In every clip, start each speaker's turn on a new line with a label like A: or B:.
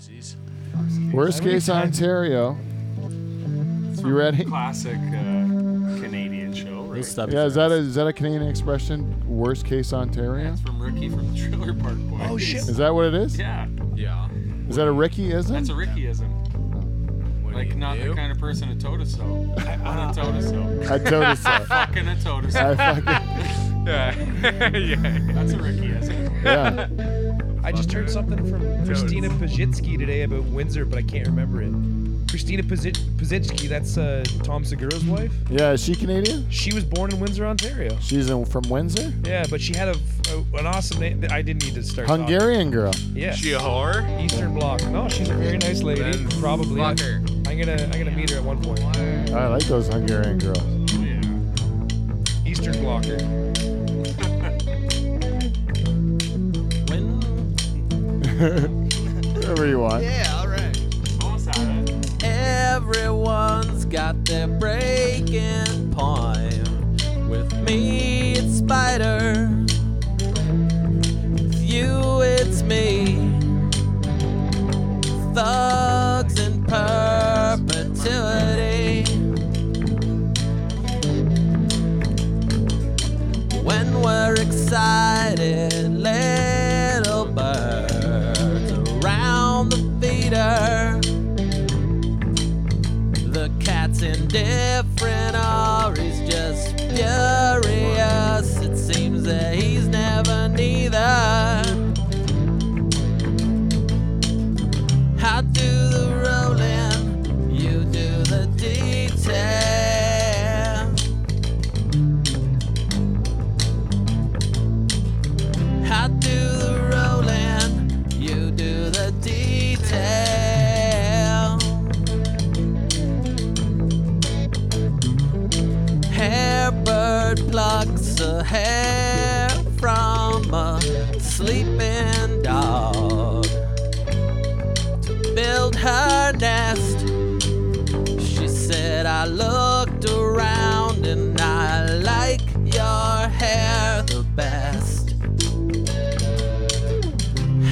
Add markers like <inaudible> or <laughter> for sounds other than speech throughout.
A: Oopsies.
B: Worst case, Ontario. You ready?
C: Classic uh, Canadian show, right?
A: Those stubs
B: Yeah, is that a,
A: are-
B: is that a Canadian expression? Worst case, Ontario.
C: That's from Ricky from Trailer Park Boys.
D: Oh, shit.
B: Is that what it is?
C: Yeah,
D: Yeah.
B: Is that a Rickyism?
C: that's a Rickyism.
D: What do
C: Like
D: you
C: not
D: do?
C: the kind of person a told us so. Not a told us
B: <laughs>
C: so.
B: I noticed
C: <laughs>
B: that.
C: Fucking a told us
B: I
C: so.
B: fucking,
C: <laughs>
D: yeah. yeah.
C: That's a Rickyism.
B: yeah.
D: I
E: I just heard something from Christina Pajitsky today about Windsor, but I can't remember it. Christina Pajit- Pajitsky, that's uh, Tom Segura's wife.
B: Yeah, is she Canadian?
E: She was born in Windsor, Ontario.
B: She's in, from Windsor?
E: Yeah, but she had a, a- an awesome name. that I didn't need to start. talking.
B: Hungarian girl.
E: Yeah.
D: She
F: uh,
D: a whore?
E: Eastern Bloc. No, she's a very nice lady.
D: Then
E: Probably.
D: fuck her.
E: I'm gonna I'm gonna meet her at one point.
B: I like those Hungarian girls. <laughs>
E: Eastern Blocker.
A: When?
B: Whatever you want.
A: Yeah, all right.
C: Almost had it.
A: Everyone's got their breaking point. With me, it's Spider. With you, it's me. Thugs in perpetuity. When we're excited, little birds around the feeder. The cat's indifferent, or he's just furious. It seems that he's never neither. I do the rolling, you do the detail. I do the rolling, you do the detail. Hairbird plucks a hair from a sleeping dog to build her nest. She said, I looked around and I like your hair the best.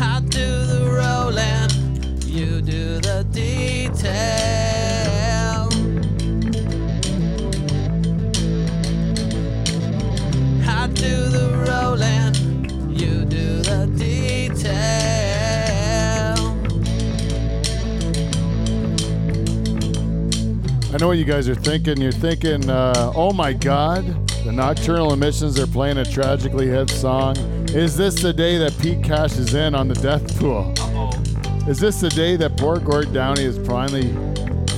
A: I do the rolling, you do the detail. I do the rolling, you do the detail.
B: I know what you guys are thinking. You're thinking, uh, oh my God, the Nocturnal Emissions are playing a tragically hip song. Is this the day that Pete cashes in on the death pool?
C: Uh-oh.
B: Is this the day that poor Gord Downey has finally,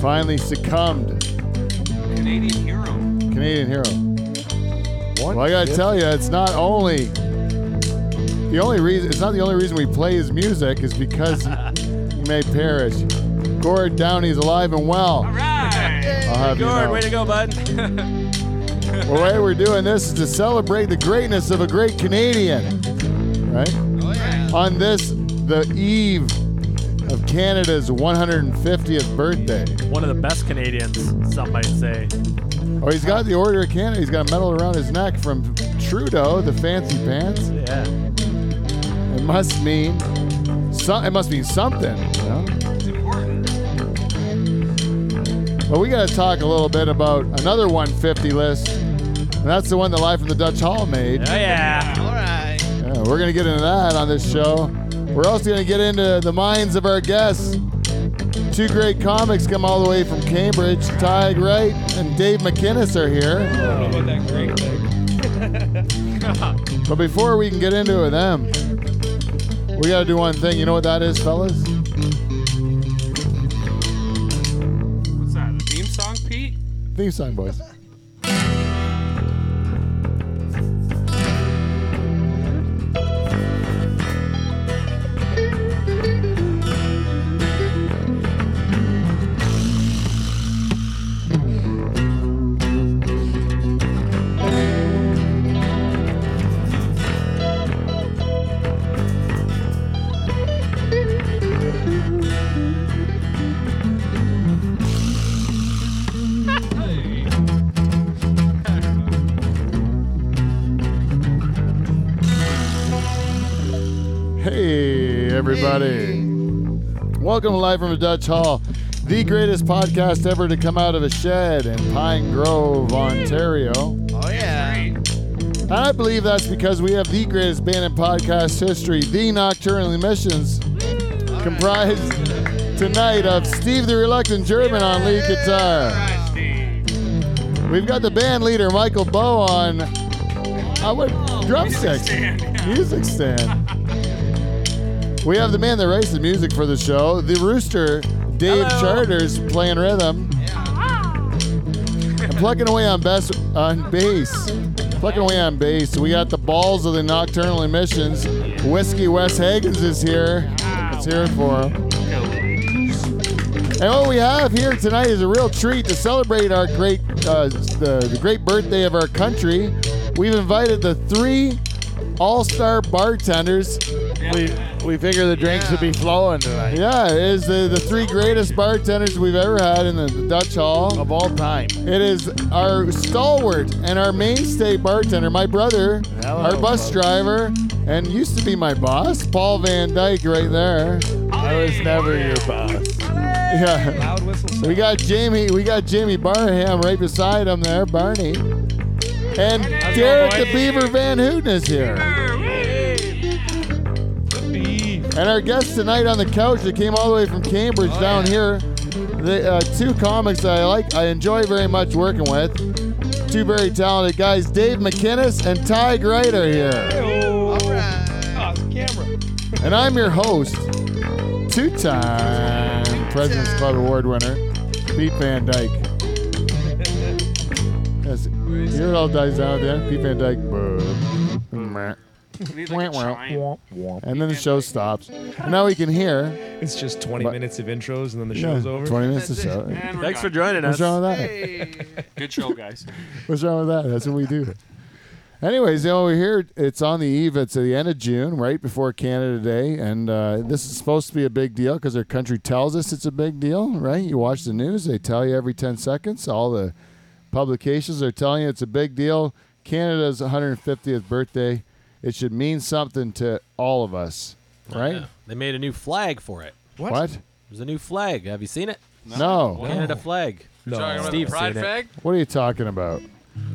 B: finally succumbed?
C: Canadian hero.
B: Canadian hero. Well, I gotta tell you, it's not only the only reason. It's not the only reason we play his music is because he may perish. Gord Downey is alive and well.
C: Right.
B: I'll have you know.
A: way to go, bud.
B: The way we're doing this is to celebrate the greatness of a great Canadian, right?
D: Oh, yeah.
B: On this, the eve of Canada's 150th birthday.
F: One of the best Canadians, some might say.
B: Oh, he's got the Order of Canada. He's got a medal around his neck from Trudeau, the fancy pants.
F: Yeah.
B: It must mean, so, it must mean something. You know?
C: It's important.
B: But we got to talk a little bit about another 150 list, and that's the one that Live from the Dutch Hall made.
F: Oh, yeah.
D: All right.
B: Yeah, we're gonna get into that on this show. We're also gonna get into the minds of our guests. Two great comics come all the way from Cambridge. Ty Wright and Dave McInnes are here.
E: I don't know about that great thing. <laughs>
B: But before we can get into them, we gotta do one thing. You know what that is, fellas?
C: What's that? The theme song, Pete?
B: Theme song, boys.
C: <laughs>
B: Hey, everybody. Welcome to Live from the Dutch Hall, the greatest podcast ever to come out of a shed in Pine Grove, Ontario.
A: Oh yeah.
B: And I believe that's because we have the greatest band in podcast history, the Nocturnal Emissions, comprised tonight of Steve the Reluctant German on lead guitar.
C: Hi, Steve.
B: We've got the band leader, Michael Bow, on uh, what, drum section.
C: Stand. Yeah.
B: Music stand. We have the man that writes the music for the show, the rooster, Dave Charters, playing rhythm. And plucking away on bass, on bass. Plucking away on bass. We got the balls of the Nocturnal Emissions. Whiskey Wes Hagens is here. Let's hear it for him. And what we have here tonight is a real treat to celebrate our great, uh, the, the great birthday of our country. We've invited the three all-star bartenders.
G: We, we figure the drinks would be flowing tonight
B: Yeah, it is the, the three greatest bartenders we've ever had in the Dutch Hall.
G: of all time.
B: It is our stalwart and our mainstay bartender, my brother,
G: Hello,
B: our bus
G: folks.
B: driver, and used to be my boss, Paul Van Dyke, right there.
G: I was never your boss.
B: Yeah.
E: Loud whistle.
B: We
E: sound.
B: got Jamie. We got Jamie Barham right beside him there, Barney. And Derek the Beaver Van Hooten is here. And our guest tonight on the couch that came all the way from Cambridge down here, the uh, two comics that I like, I enjoy very much working with. Two very talented guys, Dave McInnes and Ty Wright are here.
E: Oh,
A: All
E: oh,
A: right.
E: it's camera.
B: And I'm your host, two-time President's Club Award winner, Pete Van Dyke. Yes, you hear it all dies down at the end. Pete Van Dyke, boo. Meh.
C: We need, like, a chime.
B: and then the show stops. And now we can hear.
E: It's just 20
B: But-
E: minutes of intros and then the
B: Yeah,
E: show's over.
B: Twenty minutes of show.
C: And we're
F: Thanks for
C: done.
F: joining us.
B: What's wrong with that?
A: Hey.
C: Good show, guys.
B: What's wrong with that? That's what we do. Anyways, you know, we're here. It's on the eve. It's at the end of June, right before Canada Day, and uh, this is supposed to be a big deal because our country tells us it's a big deal, right? You watch the news; they tell you every ten seconds. All the publications are telling you it's a big deal. Canada's 150th birthday. It should mean something to all of us, right?
A: Yeah. They made a new flag for it.
E: What?
B: What?
A: There's a new flag. Have you seen it?
B: no.
A: Canada flag.
F: Oh,
E: No.
D: Talking about
A: Steve's
D: the pride
A: seen it.
D: flag?
B: What are you talking about?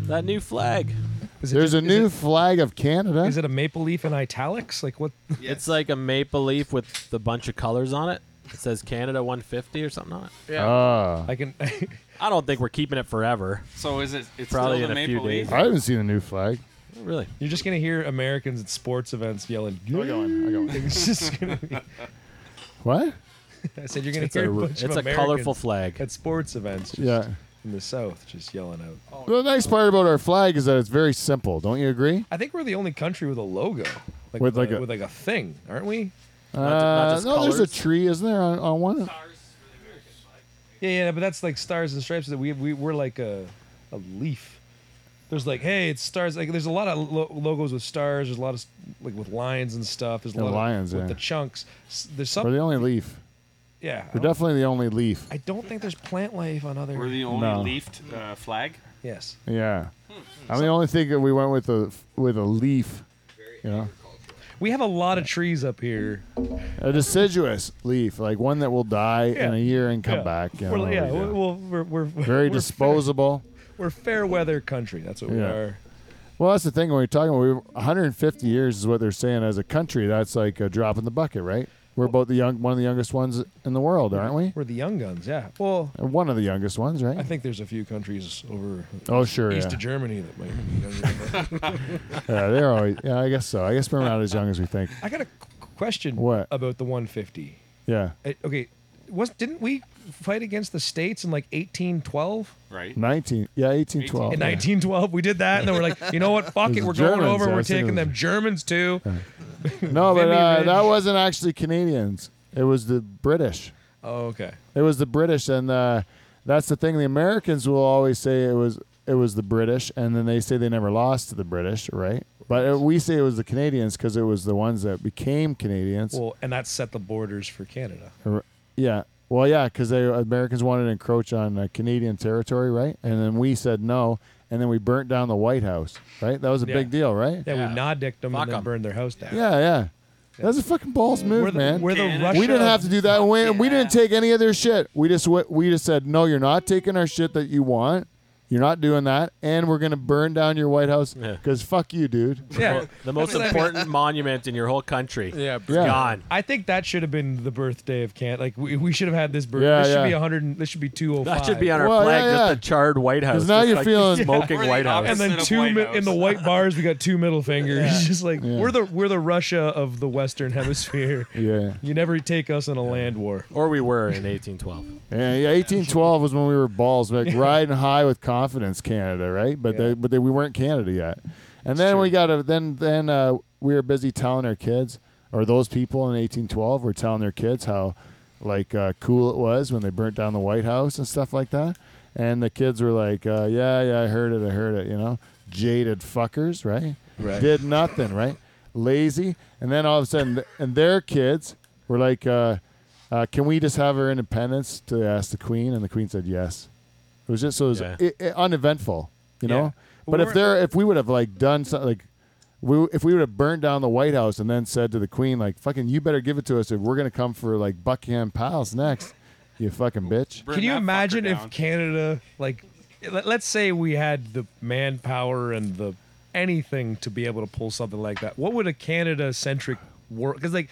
A: That new flag.
E: Is it
B: There's
E: just-
B: a
E: is
B: new
E: it-
B: flag of Canada.
E: Is it a maple leaf in italics? Like what?
A: It's like a maple leaf with a bunch of colors on it. It says Canada 150 or something on it.
B: Ah.
E: I can. <laughs>
A: I don't think we're keeping it forever.
C: So is it? It's
A: Probably
C: still
A: in
C: the
A: a few
C: Maple
A: days.
C: Leaf.
B: I haven't seen a new flag.
A: Really.
E: You're just gonna hear Americans at sports events yelling.
B: I got one. I got one.
E: <laughs> It's just gonna be-
B: What?
E: I said you're gonna
B: It's
E: hear
B: a-
E: a bunch
A: It's
E: of
A: a
E: Americans
A: colorful flag.
E: at sports events. just
B: Yeah.
E: In the South, just yelling out.
B: The nice part about our flag is that it's very simple. Don't you agree?
E: I think we're the only country with a logo. Like uh,
B: With like a-
E: with like a thing, aren't we?
A: not
B: Uh,
A: just
B: no, there's
A: colours.
B: a tree, isn't there, on, on one?
E: Yeah, yeah, but that's like stars and stripes. That we we we're like a a leaf. There's like, hey, it's stars. Like, there's a lot of lo- logos with stars. There's a lot of s- like with lions and stuff. There's a
B: Yeah,
E: lot of-
B: lions,
E: with
B: yeah.
E: the chunks. S- There's
B: We're
E: something.
B: the only leaf.
E: Yeah, I
B: We're
E: don't,
B: definitely the only leaf.
E: I don't think there's plant life on other.
C: We're the only
B: No.
C: leafed uh, flag.
E: yes,
B: Yeah.
E: Hmm.
B: I'm the only thing that we went with a with a leaf. You know,
E: we have a lot of trees up here.
B: a deciduous leaf, like one that will die in
E: Yeah.
B: a year and come
E: Yeah.
B: back. You
E: we're,
B: know,
E: yeah,
B: we
E: we're,
B: do.
E: we'll- we're, we're,
B: very
E: we're
B: disposable.
E: Fair, we're fair weather country. That's what we
B: Yeah.
E: are.
B: Well, that's the thing when we're talking. We 150 years is what they're saying as a country. That's like a drop in the bucket, right? We're about the young, one of the youngest ones in the world, aren't we?
E: We're the young guns. Yeah. Well,
B: Or One of the youngest ones,
E: I
B: right?
E: think there's a few countries over
B: Oh, sure,
E: east
B: yeah.
E: of Germany that might. Be younger than us.
B: yeah, they're always. Yeah, I guess so. I guess we're not as young as we think.
E: I got a qu- question
B: What?
E: about the 150.
B: Yeah,
E: Uh, okay, was didn't we fight against the states in like 1812?
C: Right.
B: 19. Yeah, 1812.
E: In
B: Oh, yeah.
E: 1912, we did that, and then we're like, you know what? Fuck
B: It
E: it, we're
B: was
E: going
B: Germans,
E: over.
B: I
E: We're
B: was thinking
E: taking
B: it was-
E: them Germans too.
B: No, but
E: Vimy
B: uh,
E: Ridge.
B: that wasn't actually Canadians. It was the British.
E: Oh, okay.
B: It was the British, and uh, that's the thing. The Americans will always say it was it was the British, and then they say they never lost to the British, right? But uh we say it was the Canadians because it was the ones that became Canadians.
E: Well, and that set the borders for Canada.
B: Or- yeah. Well, yeah, because they Americans wanted to encroach on uh, Canadian territory, right? And then we said no, and then we burnt down the White House, right? That was a
E: Yeah.
B: big deal, right?
E: Yeah,
D: Yeah.
E: we nod dicked them
A: Fuck
E: and then
A: 'em.
E: burned their house down.
B: Yeah, yeah. That's a fucking balls move,
E: we're the,
B: man.
E: We're the
C: Canada.
E: Russia
B: we didn't have to do that. We, we
C: Yeah.
B: didn't take any of their shit. We just w- we just said no. You're not taking our shit that you want. You're not doing that, and we're gonna burn down your White House
F: Yeah.
B: because fuck you,
E: <laughs>
B: dude.
E: Yeah,
F: the most
E: That's what I mean.
F: important monument in your whole country.
D: Yeah.
B: Yeah.
F: Gone.
E: I think that should have been the birthday of Canada. Like we, we should have had this birthday.
B: Yeah,
E: this should
B: yeah.
E: be 100. and- This should be 205.
F: That should be on our
B: Well,
F: flag,
B: yeah, yeah.
F: just a charred White House.
B: 'Cause now
F: just
B: you're
F: like
B: feeling-
F: smoking
C: Or the
F: White House.
E: and then
C: Instead of
E: two
C: White
E: mi-
C: House.
E: in the white bars, we got
C: <laughs>
E: two middle fingers. Just like
B: Yeah.
E: we're the we're the Russia of the Western Hemisphere. <laughs>
B: Yeah,
E: You never take us in a land war.
F: Or we were in 1812.
B: yeah. yeah 1812 was when we were balls,
E: <laughs>
B: like riding high with confidence, Canada, right? But
E: Yeah.
B: they, but they, we weren't Canada yet. And then we got a then then uh, we were busy telling our kids or those people in 1812 were telling their kids how like uh, cool it was when they burnt down the White House and stuff like that. And the kids were like, uh, "Yeah, yeah, I heard it, I heard it," you know, jaded fuckers, right?
E: Right.
B: Did nothing, right? Lazy. And then all of a sudden, and their kids were like, uh, uh, "Can we just have our independence?" To ask the Queen, and the Queen said yes. It was just so it was
F: Yeah.
B: i- i- uneventful, you know.
E: Yeah.
B: But
E: We're-
B: if there, if we would have like done something, like we, if we would have burned down the White House and then said to the Queen, like, "Fucking, you better give it to us if we're gonna come for like Buckingham Palace next." You fucking bitch.
C: Burn
E: Can you
C: that fucker
E: imagine
C: down.
E: if Canada, like, let, let's say we had the manpower and the anything to be able to pull something like that? What would a Canada-centric world? Because like,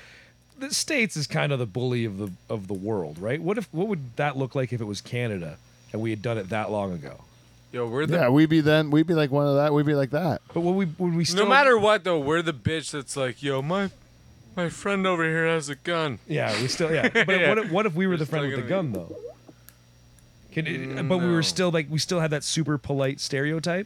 E: the states is kind of the bully of the of the world, right? What if what would that look like if it was Canada and we had done it that long ago?
D: Yo, we're the.
B: Yeah, we'd be then, we'd be like one of that, we'd be like that.
E: But would we would we still
D: No matter what, though, we're the bitch that's like, yo, my, my friend over here has a gun.
E: Yeah, we still
D: <laughs>
E: yeah. But
D: Yeah.
E: what if, what if we were the
D: still
E: friend with the
D: gonna Mm,
E: gun though? Can it, but we
D: no.
E: were still like we still had that super polite stereotype.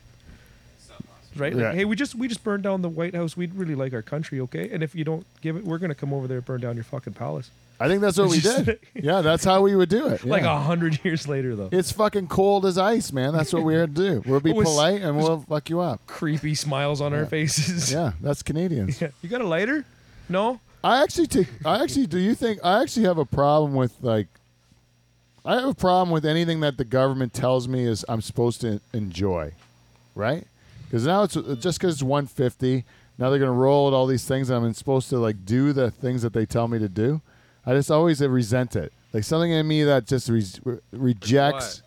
E: Right? Like,
B: Yeah.
E: hey, we just we just burned down the White House. We'd really like our country, okay? And if you don't give it, we're gonna come over there and burn down your fucking palace.
B: I think that's what
E: <laughs>
B: we
E: Just-
B: did. Yeah, that's how we would do it.
E: Like
B: yeah.
E: a hundred years later though.
B: it's fucking cold as ice, man. That's what we had to do. We'll be
E: <laughs> It was-
B: polite and we'll fuck you up.
E: Creepy smiles on our faces.
B: Yeah, that's Canadians.
E: <laughs> you got a lighter? No?
B: I actually take. I actually. Do you think I actually have a problem with like? I have a problem with anything that the government tells me is I'm supposed to enjoy, right? Because now it's uh, just because it's 150. Now they're gonna roll out all these things, and I'm supposed to like do the things that they tell me to do. I just always resent it. Like something in me that just re- re- rejects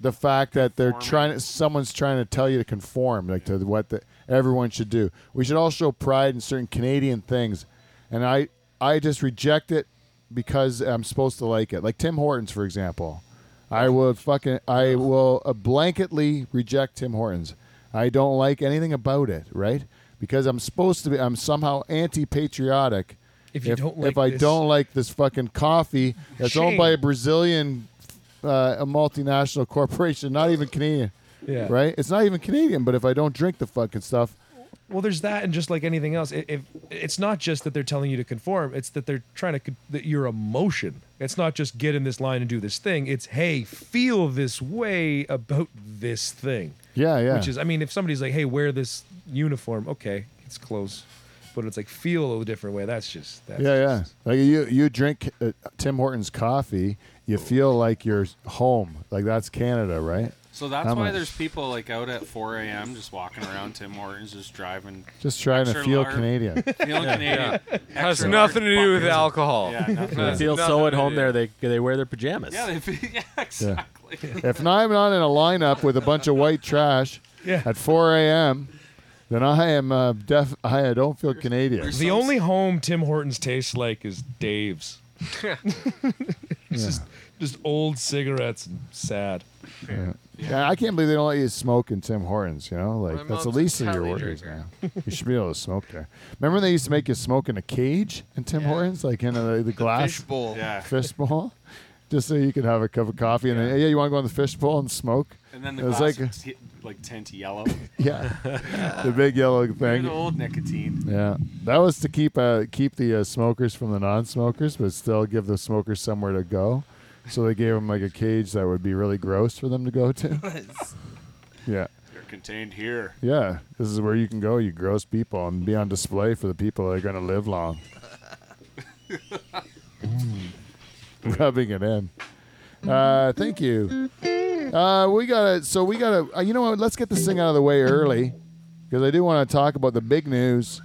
B: the fact that they're trying to, someone's trying to tell you to conform like to what the, everyone should do we should all show pride in certain canadian things and i i just reject it because i'm supposed to like it like tim hortons for example i will fucking i will uh, blanketly reject tim hortons i don't like anything about it right because i'm supposed to be i'm somehow anti-patriotic
E: If you don't like
B: if I
E: this-
B: don't like this fucking coffee that's owned
E: Shame.
B: by a Brazilian uh, a multinational corporation, not even Canadian.
E: Yeah.
B: Right? It's not even Canadian, but if I don't drink the fucking stuff,
E: Well, there's that, and just like anything else, it, if it's not just that they're telling you to conform, it's that they're trying to con- that your emotion. It's not just get in this line and do this thing. It's hey, feel this way about this thing,
B: yeah, yeah.
E: which is, I mean, if somebody's like, hey, wear this uniform, okay, it's close, but it's like feel a different way. That's just that's
B: yeah, yeah.
E: just-
B: Like you, you drink uh, Tim Hortons coffee, you feel like you're home. Like that's Canada, right?
C: So that's
B: How
C: why
B: much?
C: there's people like out at 4 a.m. just walking around Tim Hortons, just driving,
B: Just trying to
C: Extra
B: feel
C: large. <laughs>
B: Canadian.
C: feeling Canadian.
D: Has
C: Extra
D: nothing
C: large
D: to do with
C: buckets.
D: alcohol.
F: <laughs>
C: Yeah, nothing.
F: They
D: That's
F: feel
D: nothing
F: so at
D: to
F: home
D: do.
F: there, they they wear their pajamas.
C: yeah, they feel, <laughs> yeah, exactly.
B: <laughs> if I'm not in a lineup with a bunch of white trash
E: Yeah.
B: at 4 a.m., then I am uh, def. I don't feel Canadian.
E: The only home Tim Hortons tastes like is Dave's. <laughs> it's just just old cigarettes and sad.
B: Yeah, I can't believe they don't let you smoke in Tim Hortons. You know, like
D: My
B: that's the
D: mom's
B: least
D: a
B: of your
D: Cali
B: worries,
D: drinker.
B: man. You should be able to smoke there. Remember when they used to make you smoke in a cage in Tim Hortons, like in a, the glass
G: Fishbowl.
C: Yeah.
B: fishbowl, just so you could have a cup of coffee and then, yeah, you want to go in the fishbowl and smoke.
C: And then
B: It
C: the
B: was
C: glass
B: like-
C: like, like tint yellow.
B: <laughs> Yeah, the big yellow
C: Good
B: thing.
C: old nicotine.
B: Yeah, that was to keep uh, keep the uh, smokers from the non-smokers, but still give the smokers somewhere to go. So they gave them like a cage that would be really gross for them to go to. Yeah.
C: They're contained here.
B: Yeah, this is where you can go, you gross people, and be on display for the people that are going to live long. <laughs> Rubbing it in. Uh, thank you. Uh, we gotta. So we gotta. Uh, you know what? Let's get this thing out of the way early, because I do want to talk about the big news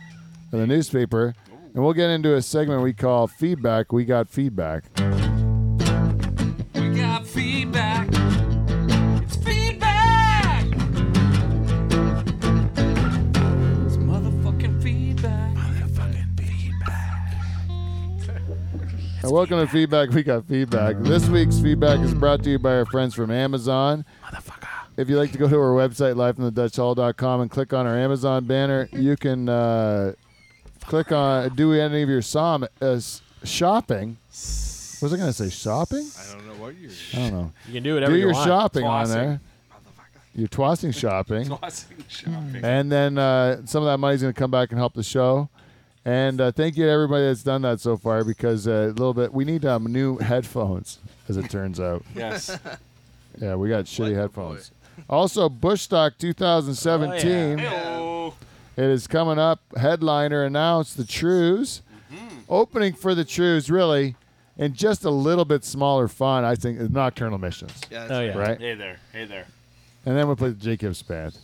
B: in the newspaper. And we'll get into a segment we call Feedback. We got feedback.
A: We got feedback. It's feedback. It's motherfucking feedback.
C: <laughs>
B: And welcome to Feedback. We got feedback. This week's feedback is brought to you by our friends from Amazon. If you'd like to go to our website, lifeinthedutchhall.com, and click on our Amazon banner, you can uh, click on do any of your som- uh, s- shopping. Was I going to say shopping?
C: I don't know what you're.
B: I don't know.
F: You can do whatever
B: do
F: you
B: your
F: want.
B: shopping on
C: Flossing.
B: there. Your twassing shopping.
C: Flossing shopping.
B: And then uh, some of that money's going to come back and help the show. And uh, thank you to everybody that's done that so far because uh, a little bit, we need um, new headphones, as it turns out.
C: Yes.
B: Yeah, we got shitty headphones. Also, Bush Stock 2017.
C: Oh,
B: It is coming up. Headliner announced the Trues. Opening for the Trues, really, in just a little bit smaller font, I think, is Nocturnal Missions,
H: Yeah, that's
F: Oh yeah.
B: right?
C: hey there, hey there.
B: And then we'll play the J. Gibbs Band.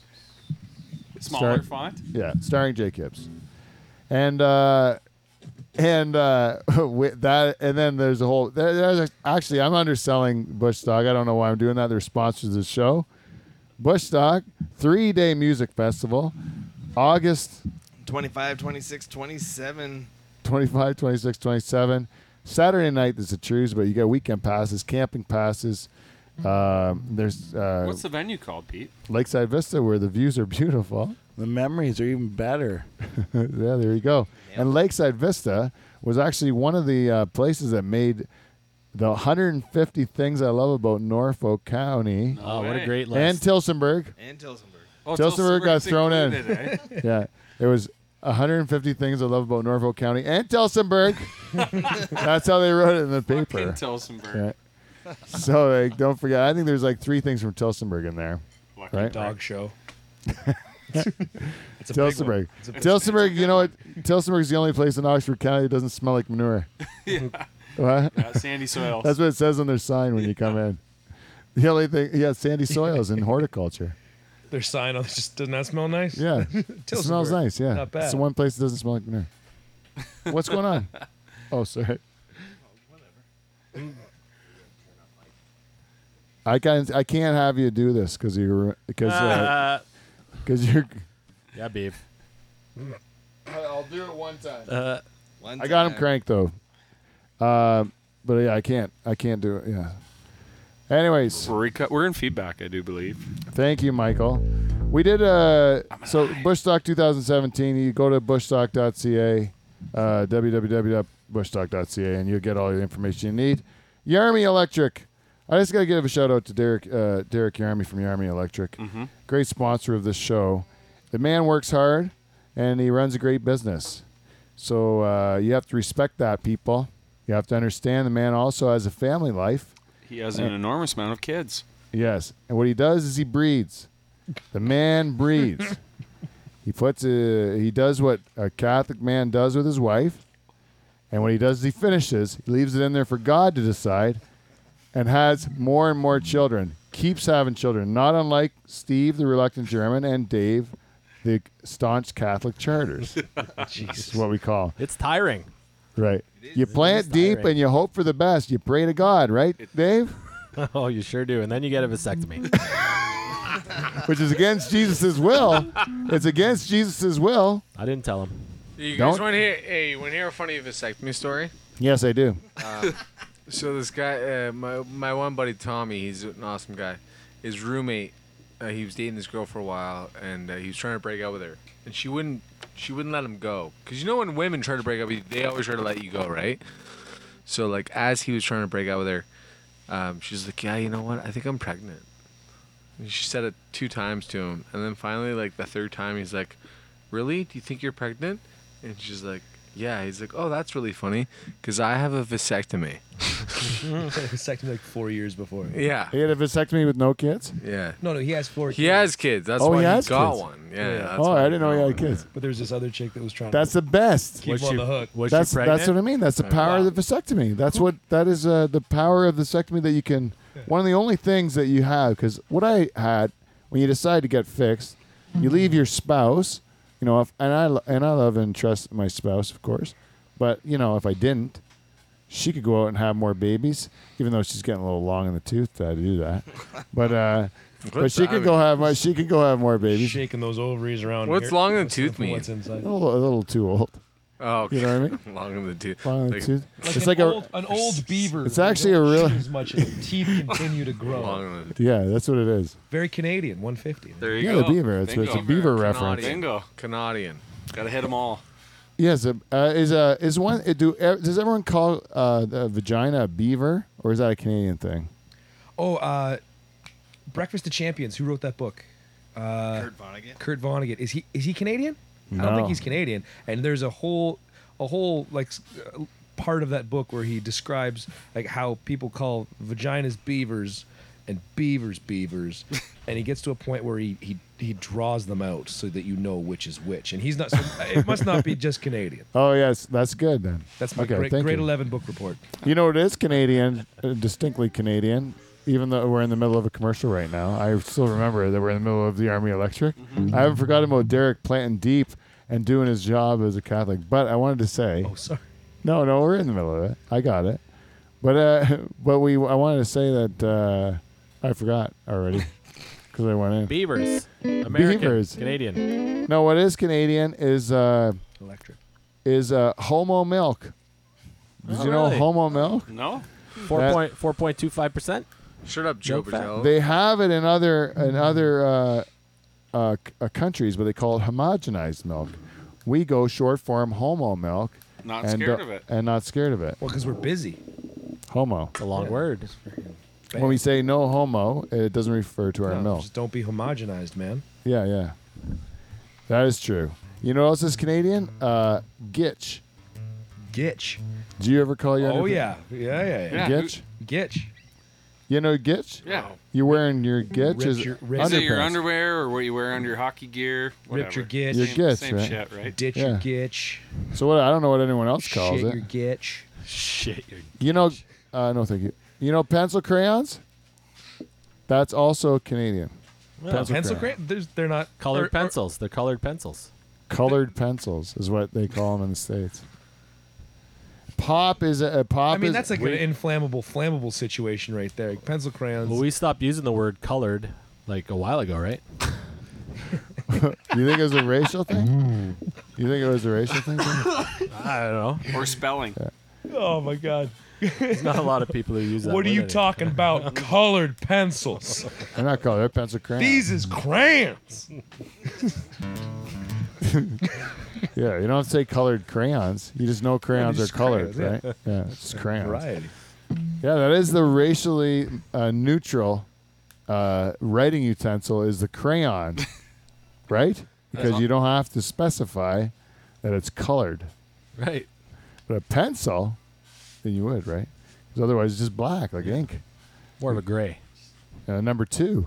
C: Smaller
B: Start-
C: font.
B: Yeah, starring Jay Gibbs. And uh and uh <laughs> with that and then there's a whole there, there's a, actually I'm underselling Bush Stock. I don't know why I'm doing that. They're sponsors of the show. Bush Stock, 3-day music festival, August
H: 25, 26, 27.
B: 25, 26, 27. Saturday night there's a truce, but you got weekend passes, camping passes. Um, there's uh,
C: What's the venue called, Pete?
B: Lakeside Vista where the views are beautiful.
G: The memories are even better.
B: yeah, there you go. And Lakeside Vista was actually one of the uh, places that made the 150 things I love about Norfolk County
F: Oh, what a
C: Alright.
F: great
B: and <laughs>
F: list.
E: <laughs>
B: Tilsonburg.
H: And Tilsonburg.
C: Oh,
B: Tilsonburg got
C: Tilsonburg's
B: thrown in.
C: included, eh? <laughs>
B: Yeah, it was 150 things I love about Norfolk County and
E: <laughs>
B: Tilsonburg. That's how they wrote it in the
C: Fucking
B: paper.
C: Tilsonburg.
B: Yeah. So like, don't forget. I think there's like three things from Tilsonburg in there.
C: Lucky
B: Right.
E: Dog show. it's a big one.
B: Tilsonburg.
E: It's a big-
B: Tilsonburg. You know what? Tilsonburg's the only place in Oxford County that doesn't smell like
E: <laughs>
B: manure. What?
C: Got <laughs> sandy soil.
B: That's what it says on their sign when you come in. The only thing, yeah, sandy soils
E: <laughs>
B: and horticulture.
E: Their sign on just does not smell nice. <laughs>
B: Yeah, it smells
E: Tilsonburg.
B: nice. Yeah,
E: Not
B: It's
E: bad.
B: the one place that doesn't smell like manure. What's going on?
E: <laughs>
B: Oh, sorry. I can't. I can't have you do this because you're because
E: <laughs>
F: Uh,
B: because you're.
F: <laughs> yeah, beef.
B: I'll do it one time.
H: One
B: I got him
H: time.
B: cranked though. Uh, but yeah, I can't. I can't do it. Yeah. Anyways.
C: We're, reco- we're in feedback, I do believe.
B: Thank you, Michael. We did uh, so Bushstock 2017. You go to bushstock.ca, uh, www.bushstock.ca, and you'll get all the information you need. Yarmy Electric. I just got to give a shout out to Derek uh, Derek Yarmy from Yarmy Electric. Great sponsor of this show. The man works hard, and he runs a great business. So uh, you have to respect that, people. You have to understand the man also has a family life.
C: He has an enormous amount of kids.
B: Yes. And what he does is he breeds. The man breeds. he puts a, he does what a Catholic man does with his wife. And what he does is he finishes, he leaves it in there for God to decide, and has more and more children. Keeps having children, not unlike Steve, the reluctant German, and Dave, the staunch Catholic charters. That's what we call
F: It's tiring. <laughs>
B: right. You plant deep
F: tiring.
B: and you hope for the best. You pray to God, right, Dave?
F: Oh, you sure do. And then you get a vasectomy.
B: <laughs> which is against Jesus' will. It's against Jesus' will.
F: I didn't tell him.
D: You
B: Don't-
D: guys want to hear? Hey, you want to hear a funny vasectomy story?
B: Yes, I do.
D: So this guy, uh, my my one buddy Tommy, he's an awesome guy. His roommate, uh, he was dating this girl for a while, and uh, he was trying to break up with her, and she wouldn't she wouldn't let him go. Cause you know when women try to break up, with you, they always try to let you go, right? So like as he was trying to break up with her, um, she's like, yeah, you know what? I think I'm pregnant. And she said it two times to him, and then finally like the third time, he's like, really? Do you think you're pregnant? And she's like, yeah. He's like, oh, that's really funny, cause I have a vasectomy.
E: Vasectomy <laughs> like four years before.
D: Yeah.
B: He had a vasectomy with no kids.
D: Yeah.
E: No, no, he has four.
D: He has kids. That's
B: Oh, he
D: why he,
B: has
D: got
B: kids.
D: one. Yeah. that's
B: Oh,
D: why
B: I didn't know he had
D: got one.
B: kids.
E: But there's this other chick that was trying
B: That's
E: to
B: the best.
E: keep him on the hook.
F: Was
B: That's
F: she pregnant?
B: that's what I mean. That's the power of the vasectomy. That's what that is. Uh, the power of the vasectomy that you can. One of the only things that you have because what I had when you decide to get fixed, you leave your spouse. You know, if- and I lo- and I love and trust my spouse, of course, But you know, if I didn't, she could go out and have more babies, even though she's getting a little long in the tooth uh, to do that. But uh, but she could go have more, she Oh. could go have more babies. A
E: Shaking those ovaries around.
D: What's
E: here.
D: long in the
E: What's
D: tooth
E: from
D: mean?
E: What's inside?
B: little, a little too old.
D: Oh, okay.
B: You know what I
D: <laughs> Long in the tooth.
B: Long in the
D: Like,
B: tooth.
E: Like
B: it's
E: an
B: like
E: old,
B: a
E: an old beaver.
B: It's
E: that
B: actually
E: don't
B: a real-
E: shoot as much. and the teeth continue to
D: Long
E: grow.
D: in the
B: yeah. That's what it is.
E: Very Canadian. 150.
C: There you
B: Yeah,
C: go.
B: the beaver. It's,
C: Bingo.
B: it's a beaver reference.
D: Canadian.
C: Bingo.
D: Canadian.
C: Gotta hit them all.
B: Yes, uh, uh, is uh, is one uh, do uh, does everyone call uh, the vagina a beaver or is that a Canadian thing?
E: Oh, uh, Breakfast of Champions. Who wrote that book? Uh,
H: Kurt Vonnegut.
E: Kurt Vonnegut. Is he is he Canadian? I don't
B: No.
E: think he's Canadian. And there's a whole a whole like s- uh, part of that book where he describes like how people call vaginas beavers and
B: <laughs>
E: beavers beavers and he gets to a point where he he he draws them out so that you know which is which and he's not so uh, it must not be just Canadian.
B: Oh yes, that's good then.
E: That's my
B: okay.
E: great
B: thank
E: grade
B: you.
E: 11 book report.
B: You know what is Canadian, uh, distinctly Canadian. Even though we're in the middle of a commercial right now, I still remember that we're in the middle of the Army Electric.
C: Mm-hmm.
B: I haven't forgotten about Derek planting deep and doing his job as a Catholic. But I wanted to say,
E: Oh, sorry.
B: No, no, we're in the middle of it. I got it. But uh, <laughs> but we I wanted to say that uh, I forgot
C: <laughs>
B: already because I went in.
F: Beavers. American.
B: Beavers.
F: Canadian.
B: no, what is Canadian is uh,
E: Electric.
B: is uh, homo milk. Did
F: Oh,
B: you know
F: really?
B: homo milk?
C: No?
F: Four
B: That-
F: point four point two five percent.
D: Shut up, Joe
F: Joke fact.
C: Oh.
D: Patel.
B: They have it in other in other uh, uh, c- uh, countries, but they call it homogenized milk. We go short form homo milk.
C: Not
B: and,
C: scared
B: uh,
C: of it.
B: And not scared of it.
E: Well, cuz we're busy.
B: Homo.
F: It's a long word.
B: When we say no homo, it doesn't refer to our
E: No,
B: milk.
E: Just don't be homogenized, man.
B: Yeah, yeah. That is true. You know what else is Canadian? Uh, gitch.
E: Gitch.
B: Do you ever call your
E: Oh
B: underpants
E: yeah. Yeah, yeah,
C: Yeah.
E: yeah.
B: gitch?
E: Gitch.
B: You know gitch?
C: Yeah.
B: You're wearing your gitch
E: Ripped
B: is
E: your- ripped-
C: Is it your
B: underpants.
C: underwear or what you wear under your hockey gear?
E: Ripped
C: Whatever.
E: your gitch.
B: Your
C: Same,
B: gitch,
C: same
B: right?
C: shit, right?
E: Ditch
B: Yeah.
E: your gitch.
B: so what? I don't know what anyone else calls
E: Shit your
B: it.
E: gitch.
F: Shit, you're
B: You know, uh, no, thank you. You know pencil crayons? That's also Canadian. Pencil
E: Pencil
B: crayon.
E: crayon? There's, they're not
F: colored
E: or- or-
F: pencils. They're colored pencils.
B: Colored pencils is what they call them in the states. Pop is a, a pop.
E: I mean,
B: is-
E: that's like an inflammable, flammable situation right there. Pencil crayons.
F: Well, we stopped using the word colored like a while ago, right?
B: You think it was a racial thing?
E: <laughs>
B: You think it was a racial thing? Jim?
F: I don't know.
C: Or spelling.
E: oh my god.
F: There's <laughs> not a lot of people who use that.
E: What are
F: word
E: you
F: anymore.
E: talking <laughs> about? colored pencils.
B: They're not colored. They're pencil crayons.
E: These is crayons.
B: Yeah, you don't say colored crayons. You just know crayons
E: just
B: are colored,
E: crayons,
B: right? Yeah, it's crayons.
E: Variety.
B: Yeah, that is the racially uh, neutral uh, writing utensil is the crayon, right? Because you don't have to specify that it's colored.
F: Right.
B: But a pencil, then you would, right? Because otherwise it's just black, like ink.
F: More of a gray.
B: Uh, number two.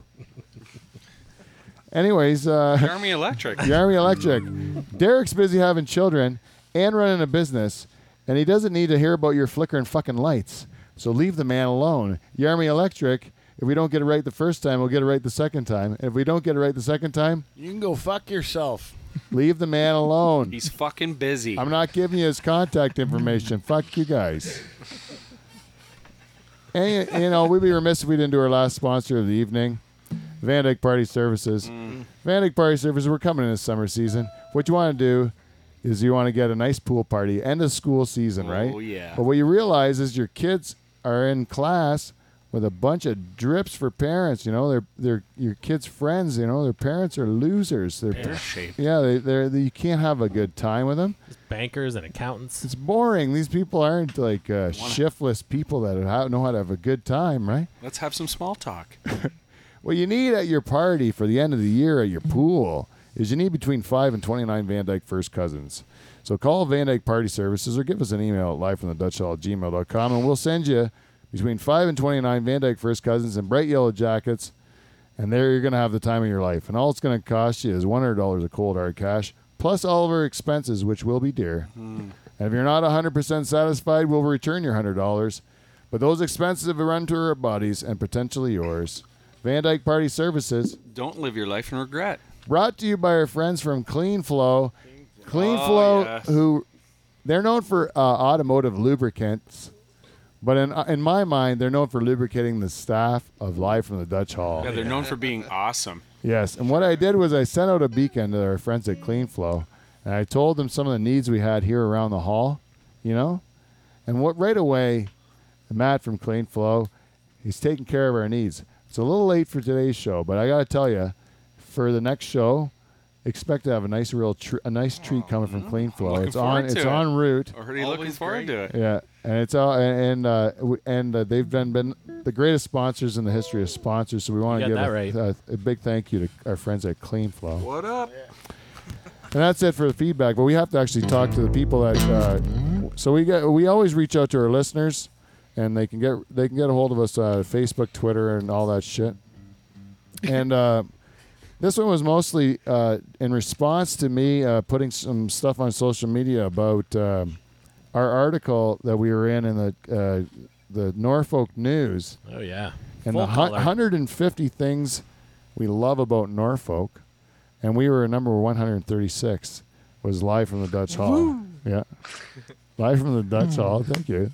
B: <laughs> Anyways, uh, <laughs>
C: The Army Electric.
B: The Army Electric. Derek's busy having children and running a business, and he doesn't need to hear about your flickering fucking lights. So leave the man alone. The Army Electric, if we don't get it right the first time, we'll get it right the second time. And if we don't get it right the second time,
G: You can go fuck yourself.
B: leave the man alone.
C: He's fucking busy.
B: I'm not giving you his contact information. Fuck you guys. And, you know, we'd be remiss if we didn't do our last sponsor of the evening, Van Dyke Party Services.
C: Mm.
B: Van Dyke Party Services, we're coming in this summer season. What you want to do is you want to get a nice pool party, end of school season, right?
C: Oh, yeah.
B: But what you realize is your kids are in class with a bunch of drips for parents. You know, they're, they're your kids' friends. You know, their parents are losers. They're,
C: shape.
B: yeah, they, they're, they, you can't have a good time with them
F: There's bankers and accountants.
B: it's boring. These people aren't like uh, shiftless people that ha- know how to have a good time, right?
C: Let's have some small talk.
B: What you need at your party for the end of the year at your pool is you need between 5 and 29 Van Dyke first cousins. So call Van Dyke Party Services or give us an email at livefromthedutchhall at gmail.com and we'll send you between 5 and 29 Van Dyke first cousins in bright yellow jackets. And there you're going to have the time of your life. And all it's going to cost you is $100 of cold hard cash plus all of our expenses, which will be dear. And if you're not 100% satisfied, we'll return your $100. But those expenses have run to our bodies and potentially yours. Van Dyke Party Services,
C: Don't live your life in regret.
B: brought to you by our friends from Clean Flow. Clean Flow,
C: Oh, yes.
B: who They're known for uh, automotive lubricants, but in uh, in my mind, they're known for lubricating the staff of Live from the Dutch Hall.
C: Yeah, they're known for being awesome.
B: Yes, and what I did was I sent out a beacon to our friends at CleanFlow, and I told them some of the needs we had here around the hall, you know, and what right away, Matt from CleanFlow, he's taking care of our needs. It's a little late for today's show, but I gotta tell you, for the next show, expect to have a nice real tr- a nice treat coming from CleanFlow.
C: Mm-hmm. looking
B: It's on
C: forward
B: it's
C: to it.
B: en route.
C: Already looking
H: Always
C: forward
H: great.
C: to it.
B: Yeah, and it's all and and, uh, w- and uh, they've been been the greatest sponsors in the history of sponsors. So we want
F: got
B: to give
F: that
B: a,
F: right.
B: a, a big thank you to our friends at Clean Flow.
C: What up?
B: And that's it for the feedback. But we have to actually talk to the people that. Uh, so we get we always reach out to our listeners, and they can get they can get a hold of us uh, Facebook, Twitter, and all that shit. And uh, this one was mostly uh, in response to me uh, putting some stuff on social media about um, our article that we were in in the uh, the Norfolk News
F: Oh yeah.
B: and
F: Full
B: the hun-
F: color.
B: 150 things we love about Norfolk, and we were number 136. Was live from the Dutch Hall. Yeah, live from the Dutch Hall. Thank you.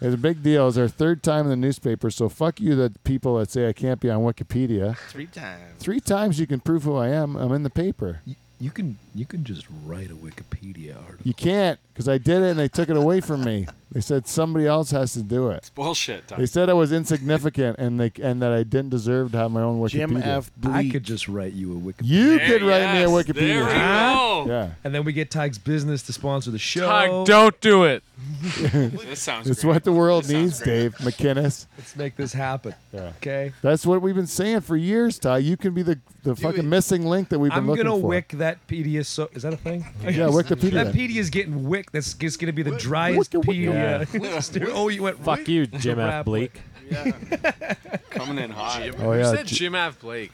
B: It's a big deal. It's our third time in the newspaper, so fuck you, the people that say I can't be on Wikipedia.
H: Three times.
B: Three times you can prove who I am. I'm in the paper.
E: You, you can you can just write a Wikipedia article.
B: You can't, because I did it and they took it away from me. They said somebody else has to do it.
C: Bullshit. Doc.
B: They said I was insignificant and they and that I didn't deserve to have my own Wikipedia.
G: Jim F.
E: I
G: Bleak.
E: could just write you a Wikipedia.
B: You
C: There-
B: could write me
C: yes,
B: a Wikipedia.
C: There we go.
B: Yeah,
E: And then we get Tig's business to sponsor the show.
D: Tug, don't do it.
C: This sounds
B: it's
C: great.
B: what the world
C: That sounds
B: needs, Dave
C: great.
B: McInnes.
E: Let's make this happen. Okay.
B: That's what we've been saying for years, Ty. You can be the, the fucking
H: it.
B: missing link that we've been
E: I'm
B: looking
E: gonna
B: for.
E: wick that pedia. So is that a thing?
B: yeah,
E: That
B: Wikipedia.
E: pedia is getting wick. That's it's gonna be the driest
B: wick, wick,
E: <laughs> pedia. oh, you went
F: Fuck you, Jim F.
E: rap
F: Bleak.
C: Coming in hot.
B: <laughs> Oh
D: Who
B: yeah,
D: said
B: J-
D: Jim F. Blake?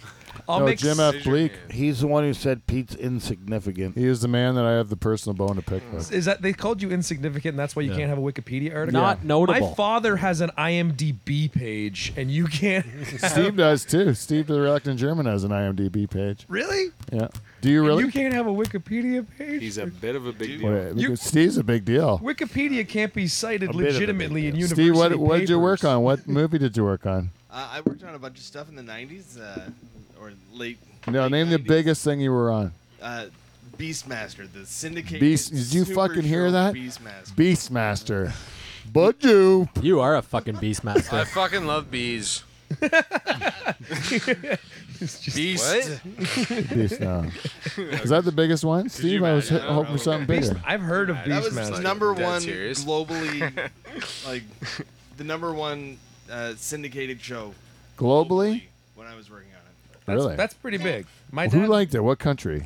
E: I'll
B: no,
E: make
B: Jim
E: s-
B: F. Bleak.
G: He's the one who said Pete's insignificant.
B: He is the man that I have the personal bone to pick
E: <laughs>
B: with.
E: Is that they called you insignificant? and That's why you can't have a Wikipedia article.
F: Not notable.
E: My father has an IMDb page, and you can't.
B: Steve does too. Steve, the reluctant German, has an IMDb page.
E: really?
B: Yeah. Do you really?
E: You can't have a Wikipedia page.
C: He's a bit of a big deal.
B: Wait,
E: you-
B: Steve's a big deal.
E: Wikipedia can't be cited
G: bit of a
E: legitimately in university
B: Steve, what what did you work
E: papers.
B: on? What movie did you work on?
H: Uh, I worked on a bunch of stuff in the 90s uh, or late.
B: No,
H: late
B: name the
H: 90s.
B: biggest thing you were on.
H: Uh, Beastmaster, the syndicated.
B: Beast- did you
H: super
B: fucking hear
H: show
B: that?
H: Beastmaster.
B: Beastmaster. Badoop.
F: You are a fucking
B: <laughs>
D: I
F: beastmaster.
D: fucking love bees.
E: It's just-
D: Beast.
B: Beast now. Is that the biggest one? Steve, I was hit, hoping for something
E: Beast-
B: bigger.
E: I've heard of
H: That was
E: Beastmaster.
H: number
D: Dead
H: one
D: serious. <laughs>
H: globally, like the number one uh, syndicated show
B: Globally?
H: when I was working on
E: That's,
B: really?
E: that's pretty big. My
B: Who
E: dad.
B: liked it? What country?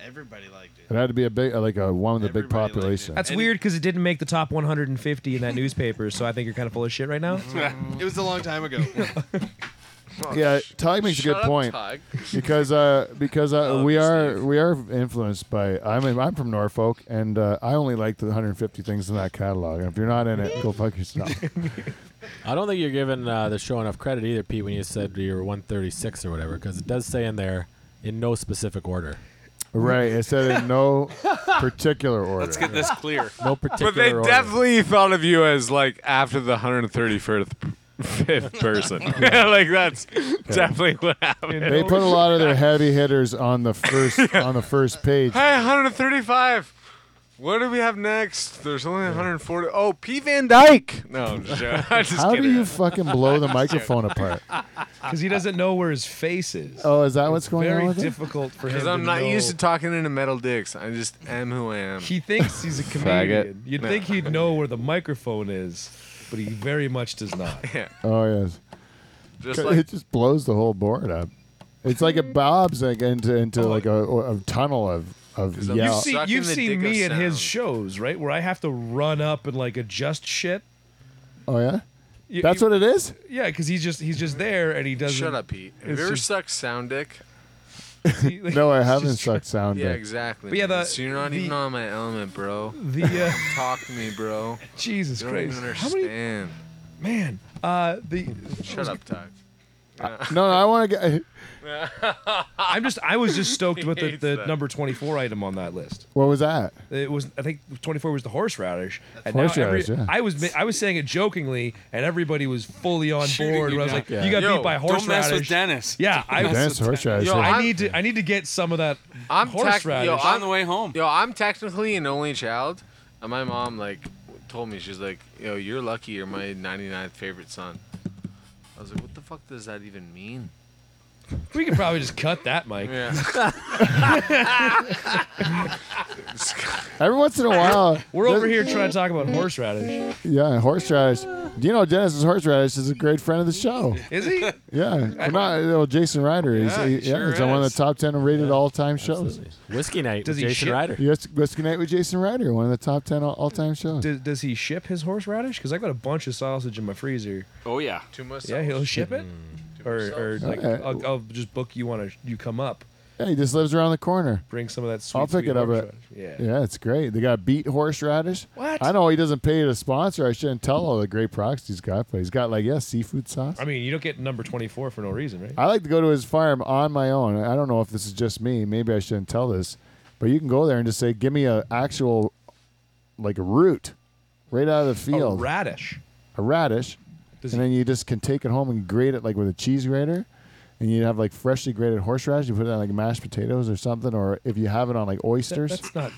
H: it. Everybody
B: <laughs>
H: liked it.
B: It had to be a big, like a one with a big
H: Everybody liked it.
B: population.
E: that's
H: and-
E: weird because it didn't make the top 150 in that newspaper, so I think you're kind of full of shit right now.
H: It was a long time ago.
B: Yeah, Tug makes a
D: Shut
B: good
D: up,
B: point
D: Tug.
B: because uh, because uh, we are
D: Steve.
B: we are influenced by. I mean, I'm from Norfolk, and uh, I only like the 150 things in that catalog. And if you're not in it, go fuck yourself.
F: I don't think you're giving uh, the show enough credit either, Pete, when you said you were 136 or whatever, because it does say in there in no specific order,
B: right? It said in no particular order.
C: Let's get this clear.
F: no particular.
D: But they
F: order.
D: definitely thought of you as like after the 135th <laughs> fifth person. <laughs> like that's definitely what happened.
B: <laughs> they put a lot of their heavy hitters on the first on the first page.
D: Hey, 135. What do we have next? There's only 140. Oh, P. Van Dyke. No, I'm
E: <laughs>
D: just, joking. I'm just
B: How
D: kidding.
B: do
D: <laughs>
B: you fucking blow the microphone apart?
E: Because he doesn't know where his face is.
B: Oh, is that what's going on
E: Very
B: with it?
E: difficult for him.
D: Because I'm
E: to
D: not
E: know.
D: used to talking into metal dicks. I just am who I am. <laughs>
E: He thinks he's a comedian. You'd think he'd know where the microphone is, but he very much does
D: <laughs>
E: not.
B: Oh yes.
D: Just
B: it
D: like
B: just blows the whole board up. It's like it bobs like into into
D: Oh.
B: like a, a tunnel of of
D: 'Cause I'm
B: yeah.
E: You've seen,
D: Sucking
E: you've
D: the
E: seen
D: dick
E: me
D: of
E: at his
D: sound.
E: shows, right? Where I have to run up and like adjust shit.
B: Oh yeah,
E: You-
B: that's
E: you-
B: what it is.
E: Yeah, because he's just he's just there and he doesn't.
D: shut up, Pete. Have
E: it's
D: you ever
E: just-
D: sucked sound dick?
E: <laughs> He, like,
B: No, I
E: he's
B: haven't
E: just
B: sucked sound.
D: Yeah,
B: yet.
D: exactly.
E: But yeah,
D: man.
E: the-
D: so you're not
E: the-
D: even on my element, bro.
E: tr- The uh, <laughs>
D: Talk to me, bro.
E: Jesus
D: You don't even
E: Christ! How
D: understand.
E: many man? Uh, the
D: Shut up, Doug.
B: No, no, I want to get. <laughs>
E: I'm just I was just stoked about the,
D: Hates
E: the
D: that.
E: number 24 item on that list.
B: What was that?
D: <laughs>
E: It was I think 24 was the horseradish. And
B: Horseradish, yeah.
E: I was ma- I was saying it jokingly, and everybody was fully on
C: Shooting
E: board.
C: you
E: When I was
C: down.
E: like, you got
D: Yo,
E: beat by
D: don't
C: Don't mess with
E: horseradish.
C: Dennis.
E: Yeah, I was.
B: Dennis Horseradish.
D: Yo,
B: yeah.
E: I
D: I'm-
E: need to I need to get some of that
D: I'm tac- yo,
E: horseradish.
D: I'm-
C: On the way home.
D: Yo, I'm technically an only child, and my mom like told me she's like, "Yo, you're lucky you're my 99th favorite son." I was like, "What the fuck does that even mean?"
E: we could probably just cut that, Mike.
D: Yeah.
B: Every once in a while,
E: We're over
B: this-
E: here trying to talk about horseradish.
B: Yeah, horseradish. Do you know Dennis's horseradish is a great friend of the
D: <laughs>
B: show?
E: Is he?
B: Yeah, well, not well, Jason Ryder. He's,
D: Yeah,
B: he,
D: he sure
B: yeah, he's on one of
D: is.
B: the top ten rated all time shows.
F: Absolutely. Whiskey night
E: Does
F: with
E: he
F: Jason
E: shit?
F: Ryder.
B: Yes, let's connect with Jason Ryder, one of the top ten all time shows.
E: Does, does he ship his horseradish? Because I got a bunch of sausage in my freezer.
C: Oh yeah.
D: Too much.
E: <laughs> Yeah, he'll ship it, or or like
B: Okay.
E: I'll, I'll just book you on a you come up,
B: Yeah, he just lives around the corner.
E: bring some of that sweet.
B: I'll pick
E: sweet
B: it up at-
E: horseradish. Yeah.
B: Yeah, it's great. They got beet horseradish.
E: What?
B: I know he doesn't pay to sponsor. I shouldn't tell all the great products he's got, but he's got like yeah, seafood sauce.
E: I mean, you don't get number twenty four for no reason, right?
B: I like to go to his farm on my own. I don't know if this is just me. Maybe I shouldn't tell this, but you can go there and just say, "Give me a actual, like root, right out of the
E: A
B: field,
E: Oh, radish.
B: a radish,"
E: Does
B: and
E: he-
B: then you just can take it home and grate it like with a cheese grater, and you have like freshly grated horseradish. You put it on like mashed potatoes or something, or if you have it on like
E: That,
B: oysters,
E: that's not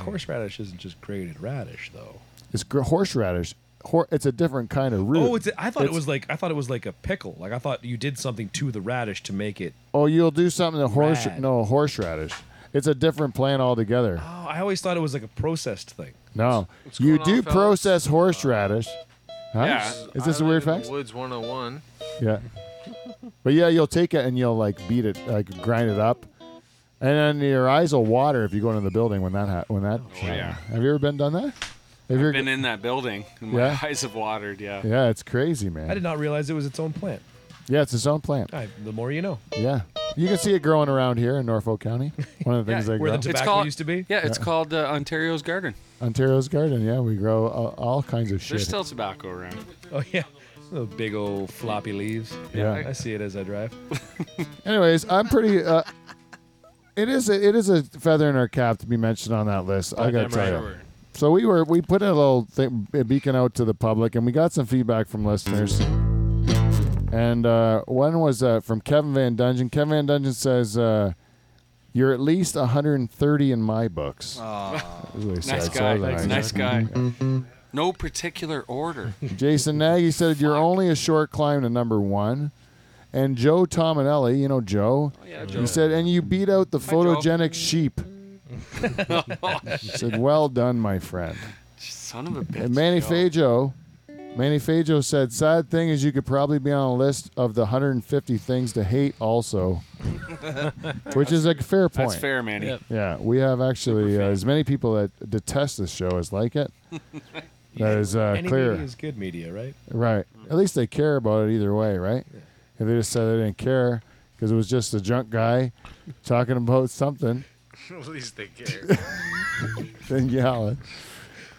E: horseradish. Isn't just grated radish though.
B: it's gr- horseradish. Hor- it's a different kind of root.
E: Oh, it's. I thought it
B: It's-
E: was like I thought it was like a pickle. Like I thought you did something to the radish to make it.
B: oh, you'll do something to horse
E: Rad.
B: no horseradish. It's a different plant altogether.
E: Oh, I always thought it was like a processed thing.
B: No, you
D: going
B: do
D: on, fellas?
B: process horseradish. Huh?
C: Yeah.
B: Is this a weird
D: Island in
B: fact?
D: the Woods 101.
B: Yeah. But yeah, you'll take it and you'll like beat it, like grind it up, and then your eyes will water if you go into the building when that ha- when that. Oh,
C: yeah.
B: Have you ever been done that? Have you ever-
C: Been in that building. And my
B: Yeah.
C: <laughs> eyes have watered. Yeah.
B: yeah, it's crazy, man.
E: I did not realize it was its own plant.
B: Yeah, it's its own plant.
E: I, the more you know. <laughs>
B: Yeah, you can see it growing around here in Norfolk County. One of the
E: Yeah,
B: things they
E: where
B: grow.
E: the tobacco
C: called-
E: used to be.
C: Yeah, it's called uh, Ontario's Garden.
B: Ontario's garden. Yeah, we grow uh, all kinds of shit.
C: There's still tobacco around.
E: Oh yeah. The big old floppy leaves.
B: Yeah.
E: I see it as I drive.
B: Anyways, I'm pretty. Uh, <laughs> it is a, it is a feather in our cap to be mentioned on that list. I got to tell you. So we were we put a little thing, a beacon out to the public, and we got some feedback from listeners. And uh, one was uh, from Kevin Van Dungeon. Kevin Van Dungeon says, uh, "You're at least 130 in my books." That's what he said.
C: Nice
B: So
C: guy.
B: that was
C: Nice guy. No particular order. Oh,
B: Jason Nagy said, "You're only a short climb to number one." And Joe Tominelli, you know Joe,
C: yeah,
B: he said, "And you beat out the
C: Joe. <laughs>
B: photogenic sheep." He said, "Well done, my friend."
C: Son of a bitch.
B: And Manny
C: Joe.
B: Fajo, Manny Fajo said, "Sad thing is, you could probably be on a list of the 150 things to hate, also." Which is a fair point.
C: That's fair, Manny.
F: Yep.
B: Yeah, we have actually uh, as many people that detest this show as like it. That is uh,
E: Any
B: clear.
E: media is good media, right?
B: Right. At least they care about it either way, right? If they just said they didn't care because it was just a drunk guy talking about something,
D: <laughs>
B: <laughs>
D: At least they care.
B: then yell it.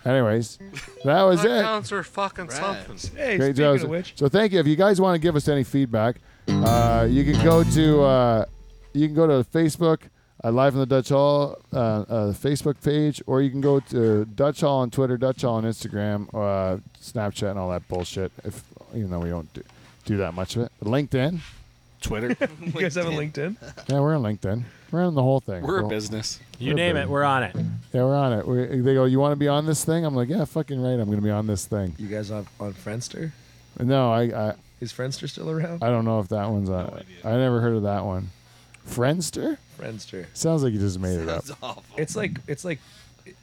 B: Anyways, that was it.
D: Counts are fucking something.
E: Hey,
B: Great
E: speaking
B: job.
E: of which,
B: So thank you. If you guys want to give us any feedback, uh, you can go to uh, you can go to Facebook. Uh, live in the Dutch Hall uh, uh, Facebook page, or you can go to Dutch Hall on Twitter, Dutch Hall on Instagram, uh, Snapchat, and all that bullshit. If even though we don't do, do that much of it, LinkedIn,
C: Twitter.
E: you guys have a LinkedIn.
B: Yeah, we're on LinkedIn. We're on the whole thing.
C: We're a
B: Well,
C: business.
F: You name it, we're on it.
B: Yeah, we're on it. We, they go, "You want to be on this thing?" I'm like, "Yeah, fucking right. I'm going to be on this thing."
E: <laughs> You guys on on Friendster?
B: No, I, I,
E: Is Friendster still around?
B: I don't know if that one's on. I never heard of that one. Friendster
E: Friendster.
B: sounds like you just made it up.
H: That's awful.
E: It's like it's like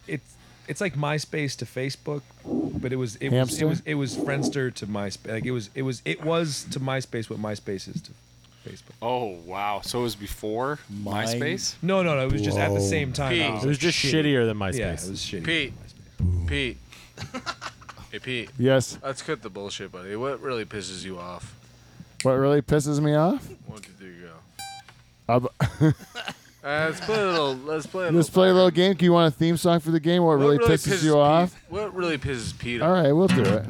E: it's it's like MySpace to Facebook, but it was it was it
B: Hamster?
E: was it was Friendster to MySpace. Like it was it was it was to MySpace what MySpace is to Facebook.
C: Oh wow. So it was before MySpace.
E: No, no, no. It was just at the same time.
D: Pete.
E: It
F: It was just shittier than MySpace.
E: Yeah, it was shitty.
D: Pete. Pete. <laughs> hey Pete.
B: Yes.
D: Let's cut the bullshit, buddy. What really pisses you off?
B: What really pisses me off?
D: One, two, three, go.
B: <laughs> Ab-
D: Uh, let's play a little. Let's play a little.
B: Let's play a little game. Do you want a theme song for the game? What,
D: What
B: really, pisses, you
D: Pete-
B: off?
D: What really pisses Pete
B: All
D: off?
B: right, we'll do it.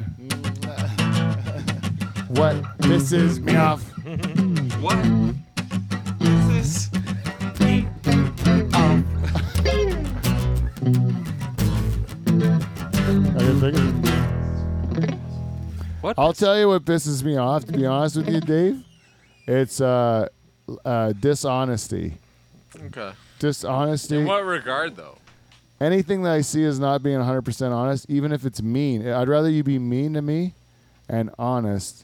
B: What pisses me off?
H: What is this?
B: I didn't think of it.
C: What?
B: I'll tell you what pisses me off. To be honest with you, Dave, it's uh, uh, dishonesty.
D: Okay.
B: Dishonesty.
D: In what regard, though?
B: anything that I see is not being 100% honest, even if it's mean. I'd rather you be mean to me and honest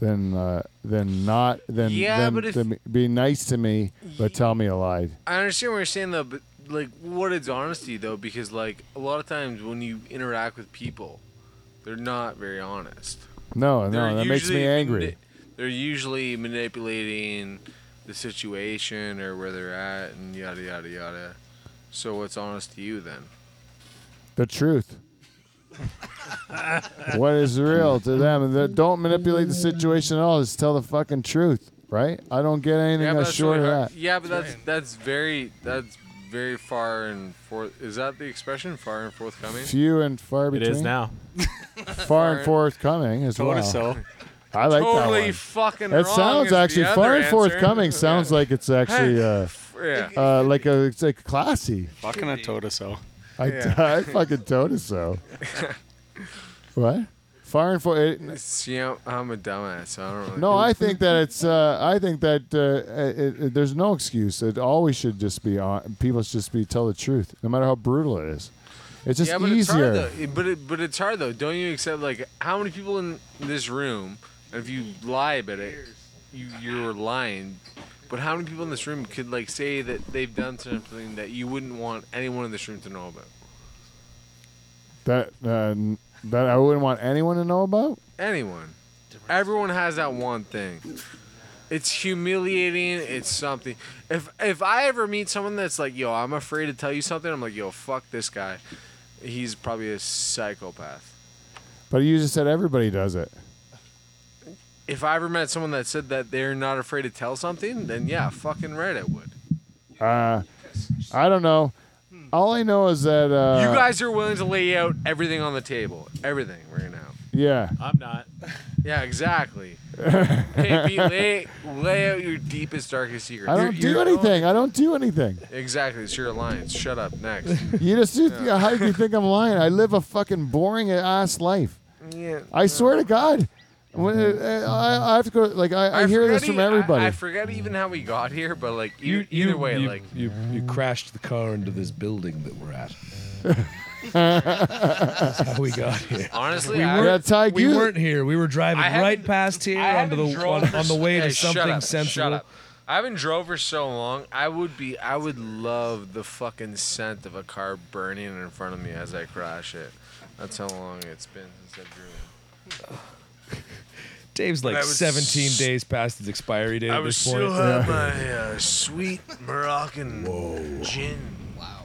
B: than uh, than not than,
D: Yeah,
B: than
D: but if-
B: than be nice to me but tell me a lie.
D: I understand what you're saying though, but like, what is honesty though? Because like a lot of times when you interact with people, they're not very honest.
B: No,
D: They're
B: no, that makes me
D: usually
B: angry.
D: mani- they're usually manipulating the situation or where they're at and yada yada yada. So what's honest to you then?
B: The truth. what is real to them? And they don't manipulate the situation at all. Just tell the fucking truth, right? I don't get anything
D: but
B: that's
D: that's
B: short
D: really
B: of
D: hard-
B: that.
D: Yeah, but that's that's very that's very far and forth. Is that the expression? Far and forthcoming.
B: Few and far
F: It
B: between.
F: is now.
B: Far and forthcoming as well. I like that
D: Totally
B: one.
D: fucking
B: That
D: wrong
B: sounds
D: is the
B: actually
D: other
B: far and
D: answer.
B: forthcoming. Sounds
D: Yeah.
B: like it's actually uh,
D: <laughs> yeah.
B: uh, like a it's like classy.
C: Fucking a Totoso.
B: I,
D: Yeah.
B: <laughs> I fucking told it
D: <laughs>
B: so. what? Far and for it,
D: It's, you know, I'm a dumbass. so I don't really.
B: no, I think that it's. Uh, I think that uh, it, it, there's no excuse. It always should just be on. People should just be tell the truth, no matter how brutal it is. It's just
D: yeah, but it's
B: easier.
D: hard though. It- But it, but it's hard though. Don't you accept like how many people in this room? And if you lie about it, you you're lying. But how many people in this room could like say that they've done something that you wouldn't want anyone in this room to know about?
B: that uh, n- that I wouldn't want anyone to know about.
D: Anyone. Everyone has that one thing. It's humiliating. It's something. If if I ever meet someone that's like, yo, I'm afraid to tell you something, I'm like, yo, fuck this guy. He's probably a psychopath.
B: But you just said everybody does it.
D: If I ever met someone that said that they're not afraid to tell something, then yeah, fucking right, I would.
B: Uh, I don't know. All I know is that uh,
D: you guys are willing to lay out everything on the table, everything right now.
B: Yeah.
F: I'm not.
B: <laughs>
D: Yeah, exactly. hey, Pete, lay lay out your deepest, darkest secrets.
B: I don't
D: You're-
B: do
D: you're-
B: anything. I don't do anything.
D: Exactly, it's your alliance. Shut up.
B: <laughs>
D: Next.
B: You just you, how do you think I'm lying? I live a fucking boring ass life.
D: Yeah.
B: I swear to God, when uh, I, I have to go, like I, I, hear
D: forget
B: this from
D: e- I-
B: everybody.
D: I, forget even how we got here, but like e-
E: You,
D: either
E: you-
D: way,
E: you,
D: like
E: you, you crashed the car into this building that we're at. That's how we got
F: <laughs>
E: here.
D: honestly,
E: We
D: I,
E: were-
B: yeah, Ty,
E: We
B: you,
E: weren't here. We were driving
D: I haven't-
E: right past here
D: I
E: onto the
D: haven't drove
E: on,
D: for
E: on the
D: s-
E: way
D: Hey,
E: to something
D: shut up,
E: sensible.
D: Shut up. I haven't drove for so long. I would be. I would love the fucking scent of a car burning in front of me as I crash it. That's how long it's been since I've driven.
E: Dave's
D: I
E: like
D: was
E: 17
D: s-
E: days past his expiry date
D: I
E: at
D: was
E: this
D: still
E: point.
D: have my uh, sweet
E: <laughs>
D: Moroccan gin.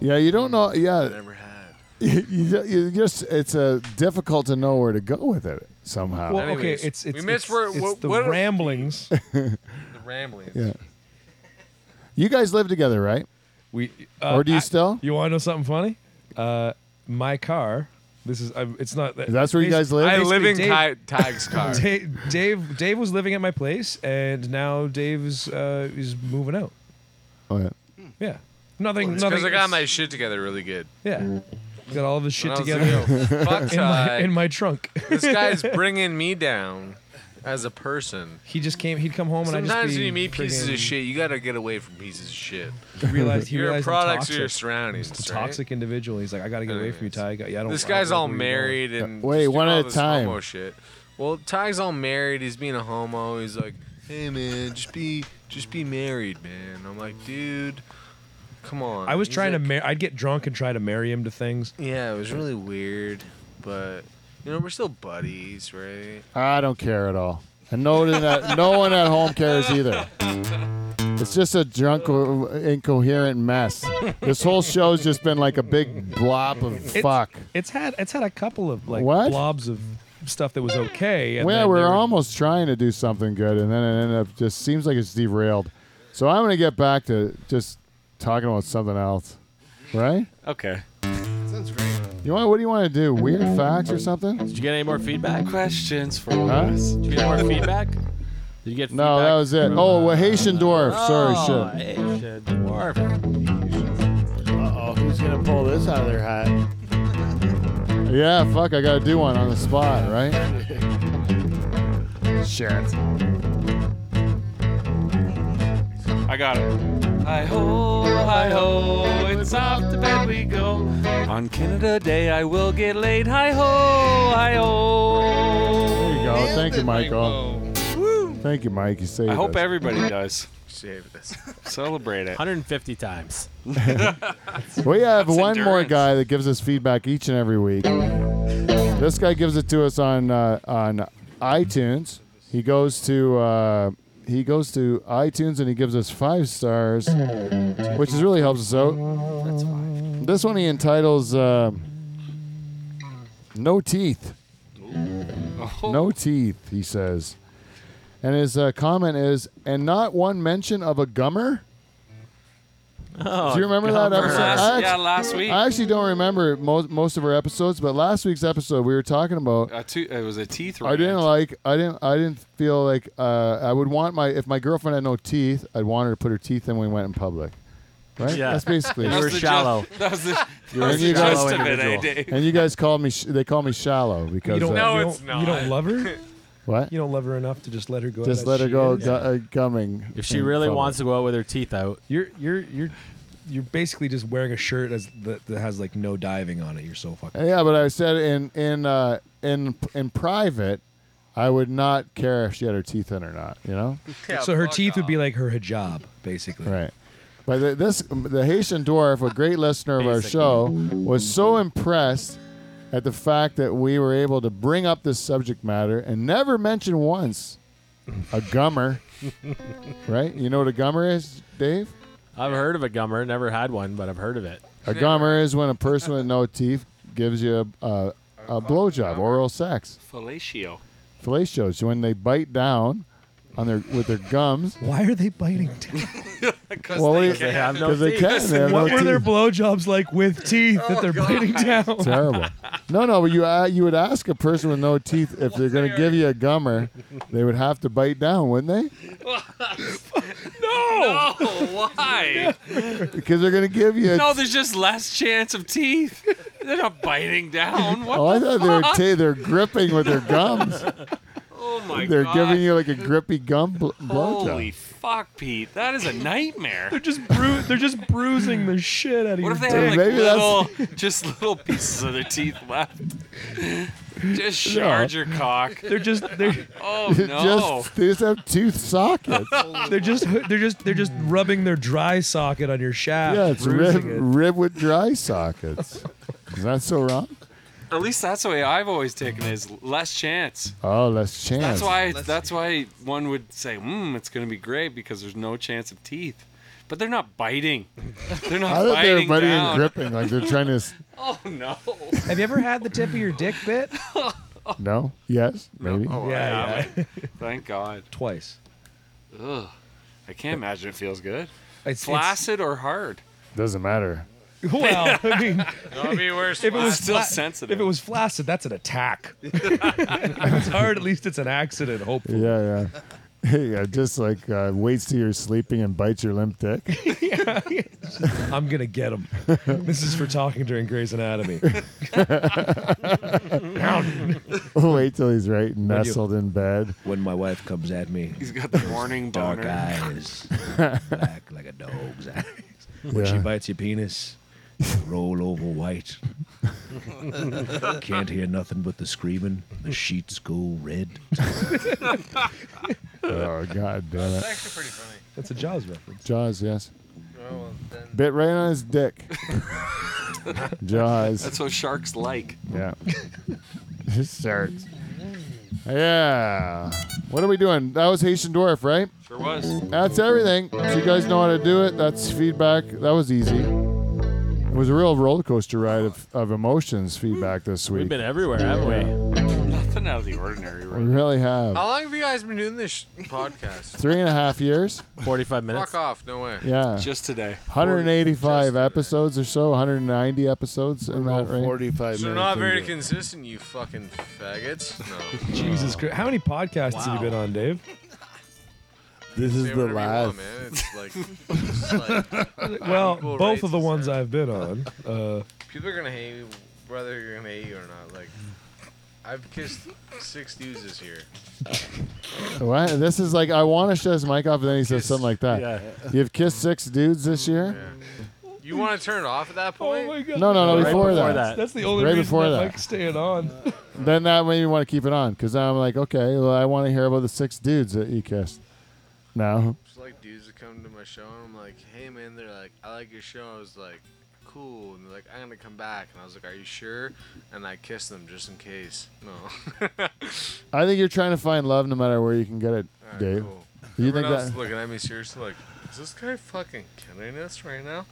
B: yeah, you don't know.
D: I
B: Yeah,
D: never had.
B: you, <laughs> you, you just it's uh, difficult to know where to go with it somehow.
E: Well, okay,
D: Anyways,
E: it's it's,
D: we missed
E: it's,
D: where-
E: it's
D: what-
E: the
D: what- <laughs>
E: ramblings.
D: The ramblings.
B: yeah. You guys live together, right?
E: we uh,
B: or do you
E: I-
B: still?
E: You want to know something funny? Uh, my car. This is. I, it's not. that-
B: That's where you guys live?
D: I live in
E: basically,
D: Ty-
E: <laughs>
D: Tag's car.
E: Dave, Dave, Dave. Dave was living at my place, and now Dave's uh, is moving out.
B: Oh, yeah.
E: Yeah. Nothing.
D: Because
E: nothing.
D: I got my shit together really good.
E: Yeah. Got all of his shit
D: When I was
E: together
D: little.
E: <laughs>
D: Fuck
E: in my,
D: Ty.
E: in my trunk.
D: this
E: <laughs>
D: guy's bringing me down as a person.
E: He just came. He'd come home, and I
D: Sometimes
E: just be
D: when you meet pieces
E: friggin-
D: of shit, you gotta get away from pieces of shit.
E: He realized he
D: You're a
E: realized the
D: product of
E: toxic-
D: your surroundings.
E: the
D: right?
E: toxic individual. He's like, I gotta get away from you, Ty. I got- yeah, I don't.
D: This
E: I don't
D: guy's
E: like
D: all
E: where you're going."
D: married and
B: Wait,
D: just
B: one
D: doing
B: at
D: all
B: a
D: this
B: time.
D: Homo shit. Well, Ty's all married. He's being a homo. He's like, hey man, just be, just be married, man. I'm like, dude, come on.
E: I was
D: He's
E: trying to
D: like,
E: marry. I'd get drunk and try to marry him to things.
D: Yeah, it was really weird, but you know we're still buddies, right?
B: I don't care at all. And no one, at, no one at home cares either. It's just a drunk, uh, incoherent mess. This whole show's just been like a big blob of fuck.
E: It's had it's had a couple of like
B: What?
E: blobs of stuff that was okay. And
B: Well,
E: then
B: we're
E: there were-
B: almost trying to do something good, and then it ended up just seems like it's derailed. So I'm going to get back to just talking about something else, right?
C: Okay.
H: Sounds great.
B: You want? What do you want to do? Weird facts or something?
A: Did you get any more feedback?
C: Questions for
B: Huh?
C: us.
A: Did you get more feedback? Did you get
B: No, that was it.
E: uh,
B: Oh, well, Haitian dwarf.
E: Oh,
B: Sorry,
F: Oh,
B: shit.
A: Asian dwarf.
G: Uh oh, who's gonna pull this out of their hat?
B: Yeah, fuck. I gotta do one on the spot, right?
C: I got it.
A: Hi ho, hi ho, it's off to bed we go.
C: On Canada Day, I
A: We'll get laid. Hi ho, hi ho.
B: There you go.
H: Nailed
B: Thank you,
H: it,
B: Michael.
H: Whoa.
B: Thank you, Mike. You saved
C: I hope
B: us.
C: everybody does.
D: Save this.
C: Celebrate it.
F: 150 times.
B: We have
C: That's
B: one more
C: endurance.
B: guy that gives us feedback each and every week. This guy gives it to us on uh, on iTunes. He goes to uh, he goes to iTunes and he gives us five stars, which is really helps us out. This one he entitles uh, "No Teeth." No teeth, he says, and his uh, comment is, "And not one mention of a gummer."
A: Oh,
B: Do you remember that
A: gummer.
B: episode? I-
C: Uh, yeah, last week.
B: I actually don't remember most most of our episodes, but last week's episode we were talking about.
C: a Uh, two, it was a teeth
B: I didn't
C: rant.
B: like. I didn't. I didn't feel like. Uh, I would want my if my girlfriend had no teeth, I'd want her to put her teeth in when we went in public. Right.
F: Yeah.
B: That's basically.
F: You
B: it.
F: were
C: the
F: shallow.
C: That was the,
B: You're
C: that was
B: a
C: the
B: shallow
C: gist of it, eh,
F: individual.
C: Dave?
B: and you guys called me. Sh- they call me shallow because
E: You don't,
B: uh,
E: you
D: No,
E: don't,
D: it's not.
E: You don't love
D: <laughs>
E: her.
B: what?
E: You don't love her enough to just let her go.
B: Just
E: out
B: let her go
E: She
B: gu-
E: is.
B: uh, gumming.
F: If she
B: in
F: really
B: public.
F: wants to go out with her teeth out,
E: You're you're you're you're basically just wearing a shirt as that, that has like no diving on it. You're so fucking.
B: Yeah, but I said in in uh, in in private, I would not care if she had her teeth in or not. You know.
E: so her teeth would be like her hijab, basically.
B: Right. But the, this, the Haitian dwarf, a great listener of our show, was so impressed at the fact that we were able to bring up this subject matter and never mention once a gummer. right? You know what a gummer is, Dave?
F: I've heard of a gummer. Never had one, but I've heard of it.
B: A gummer is when a person with no teeth gives you a, a, a blowjob, oral sex.
C: Fellatio.
B: Fellatio. So when they bite down on their with their gums.
E: Why are they biting? teeth?
B: Well, what do you-
F: They have no
B: Because they
F: teeth.
B: can. They have no
E: what were
B: teeth.
E: their blowjobs like with teeth
D: Oh,
E: that they're biting down?
B: terrible. No, no, but you uh, you would ask a person with no teeth if they're going to give you a gummer, they would have to bite down, wouldn't they?
C: No! why?
B: Because they're going to give you. A
C: No, there's just less chance of teeth. They're not biting down. What?
B: oh, I thought they were ta- they're gripping with their gums.
C: Oh <laughs> my
B: they're
C: god.
B: giving you like a grippy gum bl-
C: Holy
B: blowjob.
C: fuck, Pete. That is a nightmare.
E: They're just bru- they're just bruising the shit
C: What
E: out of your
C: if they
E: dick.
C: had like
B: maybe that's-
C: little, just little pieces of their teeth
B: <laughs>
C: left? Just shard your cock.
E: They're just they're,
C: Oh
B: It
C: no!
B: <laughs> just they just have tooth
C: <laughs>
B: sockets.
E: they're just they're just they're just rubbing their dry socket on your shaft.
B: yeah, it's rib,
E: bruising it.
B: rib with dry sockets. Is that so wrong?
C: At least that's the way I've always taken it, is less chance.
B: Oh, less chance.
C: That's why. That's why one would say, "Hmm, it's gonna be great because there's no chance of teeth." But they're not
B: <laughs>
C: biting. They're
B: I
C: not
B: thought they were
C: biting
B: biting and
C: down.
B: gripping, like they're trying to. s-
C: Oh no!
E: Have you ever had the tip of your dick
C: <laughs>
E: bit?
B: No. Yes. Maybe.
C: Oh, I
E: yeah.
C: haven't. Thank God.
E: twice.
C: Ugh. I can't imagine it feels good.
E: It's, it's
C: Flaccid or hard?
B: Doesn't matter.
E: <laughs> well, I mean,
C: That'd be <laughs> worse.
E: if it was
C: still
E: fla-
C: sensitive.
E: If it was flaccid, that's
C: <laughs>
E: an attack. <laughs> if it's hard, at least it's an accident. Hopefully,
B: Yeah, yeah. <laughs> Yeah, just like uh, waits till you're sleeping and bites your limp dick. <laughs>
E: I'm gonna get <laughs> him. this is for talking during Grey's Anatomy.
B: Wait till he's right
E: you-
B: nestled in bed.
E: When my wife comes at me,
C: He's got the
B: <laughs>
C: morning
E: dark
C: boner.
E: eyes, black like a dog's eyes. When she
B: Yeah.
E: bites your penis, you roll over white. <laughs> Can't hear nothing but the screaming. The sheets go red.
B: Oh god damn it.
D: actually pretty funny.
E: That's a Jaws reference.
B: Jaws, yes.
D: Oh, well, then.
B: Bit right on his dick. Jaws.
C: That's what sharks like.
B: Yeah. Starts. Yeah. What are we doing? That was Haitian Dwarf, right?
C: Sure was.
B: That's everything. So you guys know how to do it. That's feedback. That was easy. It was a real roller coaster ride of, of emotions feedback this week.
F: We've been everywhere, haven't we?
C: nothing out of the ordinary.
B: We
C: Right?
B: really have.
D: How long have you guys been doing this sh- podcast?
B: Three and a half years.
F: 45 minutes.
D: Fuck off! No way.
B: Yeah.
C: Just today.
B: 185 episodes or so, 190 episodes in that
G: About
B: range.
G: 45
D: So
G: minutes
D: not very
G: into it.
D: consistent, you fucking
B: <laughs>
D: faggots. No.
E: Jesus Christ. How many podcasts have you been on, Dave?
G: This is
D: Say
G: the
D: whatever you
G: last.
D: want, man. It's like, it's like
E: Well,
D: Equal
E: both
D: rights
E: of the
D: is
E: ones
D: there.
E: I've been <laughs> on. Uh,
D: people are gonna hate you, whether you're gonna hate you or not. Like, I've kissed six dudes this year.
B: What? This is like, I want to shut his mic off, and then he says
D: Kiss.
B: something like that. You've kissed six dudes this year?
D: You want to turn it off at
B: Oh
D: that point?
E: god.
B: No, no, no,
F: Right
B: before,
F: before
B: that.
F: that.
E: That's the only
B: Right
E: reason
B: before
E: that,
B: that.
E: that. Mike's staying on.
B: Then that made me want to keep it on because I'm like, okay, well, I want to hear about the six dudes that you kissed. No.
D: It's like dudes that come to my show and I'm like, hey man, they're like, I like your show. I was like, cool. And they're like, I'm gonna come back. And I was like, are you sure? And I kissed them just in case. No. <laughs>
B: I think you're trying to find love no matter where you can get it,
D: Alright,
B: Dave.
D: cool.
B: Do you think
D: Everyone else is
B: that?
D: looking at me seriously like, is this guy fucking kidding us right now?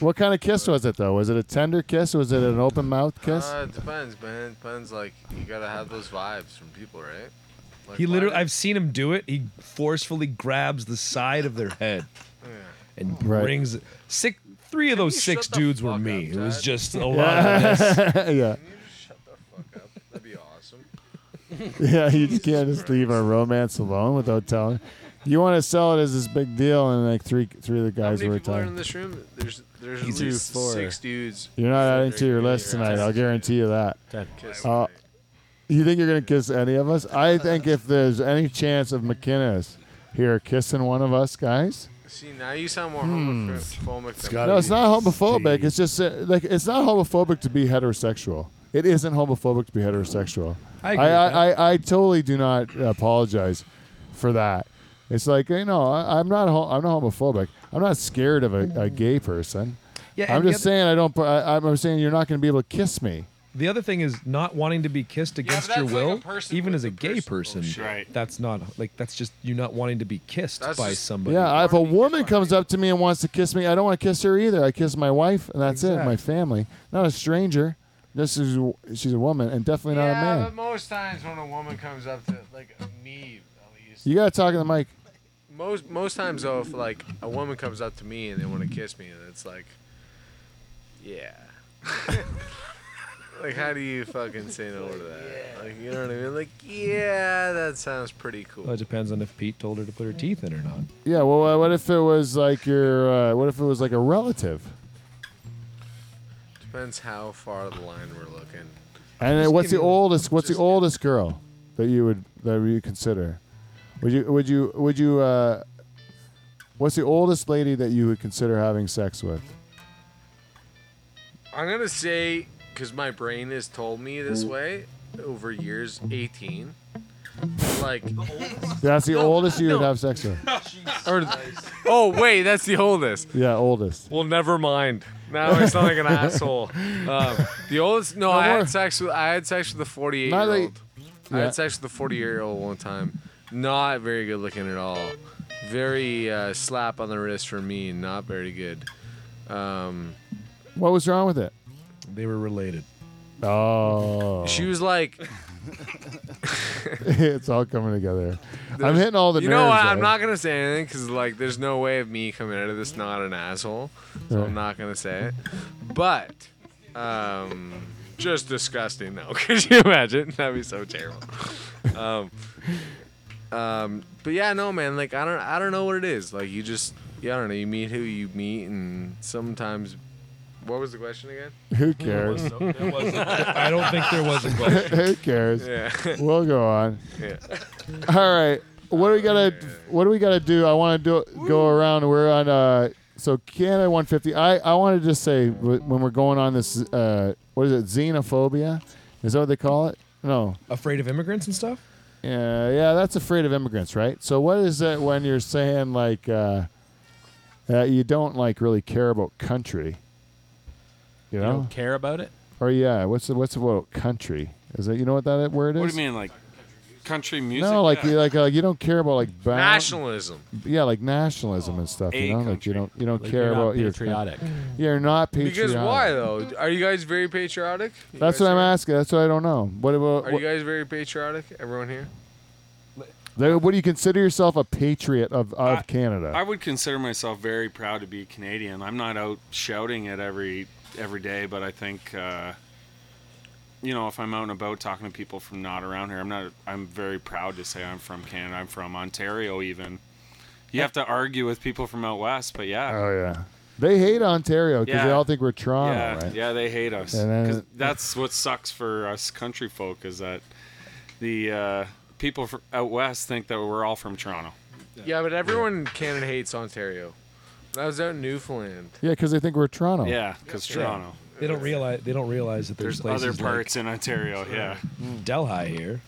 B: What kind of kiss was it though? Was it a tender kiss? Was it an open mouth kiss?
D: Uh, it depends, man. It depends. Like, you gotta have those vibes from people, right?
E: <laughs>
D: Like,
E: He
D: why
E: literally,
D: did-
E: I've seen him do it. He forcefully grabs the side of their head and
B: Right.
E: brings it. Six, three of those
D: you
E: six
D: shut the
E: dudes were
D: fuck
E: me.
D: up,
E: it was
D: Dad?
E: just a lot
B: <laughs>
E: of this.
B: yeah. <laughs> yeah,
D: Can you just shut the fuck up? That'd be awesome.
B: yeah. You just can't just leave our romance alone without telling. You want to sell it as this big deal, and like three, three of the
D: How
B: guys
D: many
B: were
D: people are in
B: talking.
D: this room? There's, there's
F: He's
D: at least
F: four.
D: six dudes.
B: You're not adding to your
D: Yeah,
B: list
D: you're
B: tonight. I'll
D: right.
B: guarantee you that.
F: Ten.
D: Kiss
B: Uh,
D: me.
B: You think you're gonna kiss any of us? I think if there's any chance of McKinnis here kissing one of us guys,
D: See, now you sound more
B: hmm.
D: homophobic than
G: Scott-
B: no, it's not homophobic.
G: Gee.
B: It's just uh, like it's not homophobic to be heterosexual. It isn't homophobic to be heterosexual.
E: I agree
B: I
E: with
B: I, I, I totally do not apologize for that. It's like you know I, I'm not ho- I'm not homophobic. I'm not scared of a, a gay person.
E: Yeah,
B: I'm
E: and the
B: just
E: other-
B: saying I don't. pr- I, I'm saying you're not going to be able to kiss me.
E: The other thing is not wanting to be kissed against
D: that's
E: your
D: like
E: will,
D: a person
E: even
D: with
E: as a
D: a
E: gay person.
D: person- oh, shit.
C: Right.
E: That's not like that's just you not wanting to be kissed
D: That's
E: by
D: just-
E: somebody.
B: Yeah, if a woman comes up to me and wants to kiss me, I don't want to kiss her either. I kiss my wife, and that's it. My
E: Exactly.
B: family, not a stranger. This is she's a woman, and definitely not
D: yeah,
B: a
D: but
E: um,
B: man.
D: most times when a woman comes up to like me, at least.
B: You gotta talk to the mic.
D: Most most times though, if like a woman comes up to me and they want to kiss me, and it's like, yeah. <laughs> like how do you fucking say no to that? Like you know what I mean? Like yeah, that sounds pretty
E: Well,
D: cool.
E: it depends on if Pete told her to put her teeth in or not.
B: Yeah. Well, uh, what if it was like your? Uh, what if it was like a relative?
D: Depends how far the line we're looking.
B: And then
E: Just
B: what's
E: give
B: the
E: me-
B: oldest? What's the
D: just-
B: oldest girl that you would that you consider? Would you? Would you? Would you? Uh, what's the oldest lady that you would consider having sex with?
D: I'm gonna say because my brain has told me this way over years, 18. Like
B: That's the oldest you would have sex with.
D: Or, oh wait, that's the oldest.
B: Yeah, oldest.
D: Well, never mind. Now I
B: <laughs>
D: sound like an asshole. Um, the oldest? No, I
B: more.
D: had sex with I had sex with a 48 year
B: Not like-
D: old. I
B: Yeah.
D: had sex with a 48 year old one time. Not very good looking at all. Very uh, slap on the wrist for me. Not very good. Um,
B: What was wrong with it?
E: They were related.
B: Oh,
D: She was like,
B: <laughs> it's all coming
D: <laughs>
B: together. I'm hitting all the
D: you
B: nerves.
D: know what? I'm
B: eh?
D: not gonna say anything because like, there's no way of me coming out of this not an asshole. So
B: Right.
D: I'm not gonna say it. But, um, just disgusting. though. <laughs> could you imagine? That'd be so terrible. Um, um, but yeah, no, man. Like, I don't, I don't know what it is. Like, you just, yeah, I don't know. You meet who you meet, and sometimes. What was the question again?
B: Who
D: <laughs>
B: cares?
E: I don't think there was a question.
B: Who cares?
D: Yeah.
B: We'll go on.
D: yeah.
B: All right. What do we gotta? What do we gotta do? I want to do go around. We're on. Uh, so Canada 150. I I want to just say wh- when we're going on this. Uh, what is it? Xenophobia? Is that what they call it? No.
E: Afraid of immigrants and stuff?
B: Yeah, yeah. That's afraid of immigrants, right? So what is it when you're saying like uh, that you don't like really care about country? You
F: You
B: know.
F: don't care about it?
B: Or yeah, what's the what's the word country? Is that you know what that word is?
C: What do you mean, like country music.
B: No, like
C: yeah.
B: you like uh, you don't care about like ba-
D: <laughs> Nationalism.
B: Yeah, like nationalism and stuff.
C: A
B: You know, like
C: country.
B: you don't you don't
F: Like,
B: care
F: you're not
B: about your
F: patriotic.
B: You're not patriotic.
D: Because why though? Are you guys very patriotic? You
B: That's
D: guys
B: what I'm
D: are-
B: asking. That's what I don't know. What about
D: Are
B: what,
D: you guys very patriotic? Everyone here?
B: there- what do you consider yourself a patriot of, of
C: I-
B: Canada?
C: I would consider myself very proud to be Canadian. I'm not out shouting it every every day, but I think uh, you know if I'm out and about talking to people from not around here, I'm not. I'm very proud to say I'm from Canada. I'm from Ontario, even. You have to argue with people from out west, but yeah,
B: oh yeah, they hate Ontario because they
C: Yeah.
B: all think we're Toronto,
C: yeah,
B: Oh, right?
C: yeah, they hate us.
B: And then-
C: 'Cause that's what sucks for us country folk is that the uh, people fr out west think that we're all from Toronto.
D: Yeah, but everyone in Canada hates Ontario. When I was out in Newfoundland,
B: Yeah, because they think we're Toronto.
C: Yeah, because Toronto.
E: They don't realize they don't realize that there's,
C: There's other
E: places like
C: parts in Ontario. Yeah.
E: Delhi here.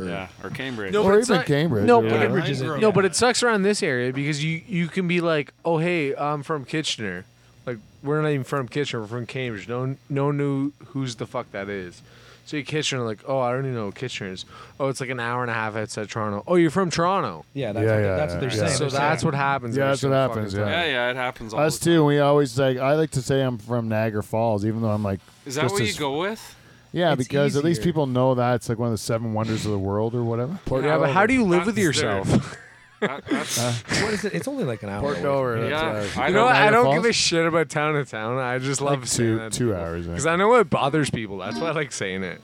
C: Yeah, or Cambridge.
D: No,
B: or
D: but
B: even
D: it's not-
B: Cambridge.
E: No,
B: or
E: but-
B: whatever.
E: Cambridge is in-
D: No, but it sucks around this area because you you can be like, oh hey, I'm from Kitchener. Like we're not even from Kitchener, we're from Cambridge. No one- no one knew who's the fuck that is. So you Kitchener like, oh I don't even know what Kitchener is. Oh it's like an hour and a half outside Toronto. Oh you're from Toronto.
E: Yeah, that's,
B: Yeah,
E: what,
B: yeah,
E: that's what they're
B: yeah.
E: saying.
D: So
E: They're
D: that's
E: saying-
D: what happens.
B: Yeah,
D: every
B: that's what
D: single
B: happens,
D: fucking
B: yeah.
D: time.
C: yeah, yeah, it happens all
B: Us
C: the time.
B: too. We always like. I like to say I'm from Niagara Falls, even though I'm like.
C: Is that
B: just
C: what you
B: as-
C: go with?
B: Yeah,
E: It's
B: because at least
E: easier.
B: people know that it's like one of the seven wonders of the world or whatever.
D: Yeah, but how do you
C: That's
D: live with
C: there.
D: yourself?
C: That- that's-
E: what is it? It's only like an hour. away.
C: yeah, I don't
D: You know, what? I
B: Niagara
D: don't
B: Falls?
D: give a shit about town to town. I just love saying
B: two-
D: that
B: two hours, I
D: because I know it bothers people. That's why I like saying it.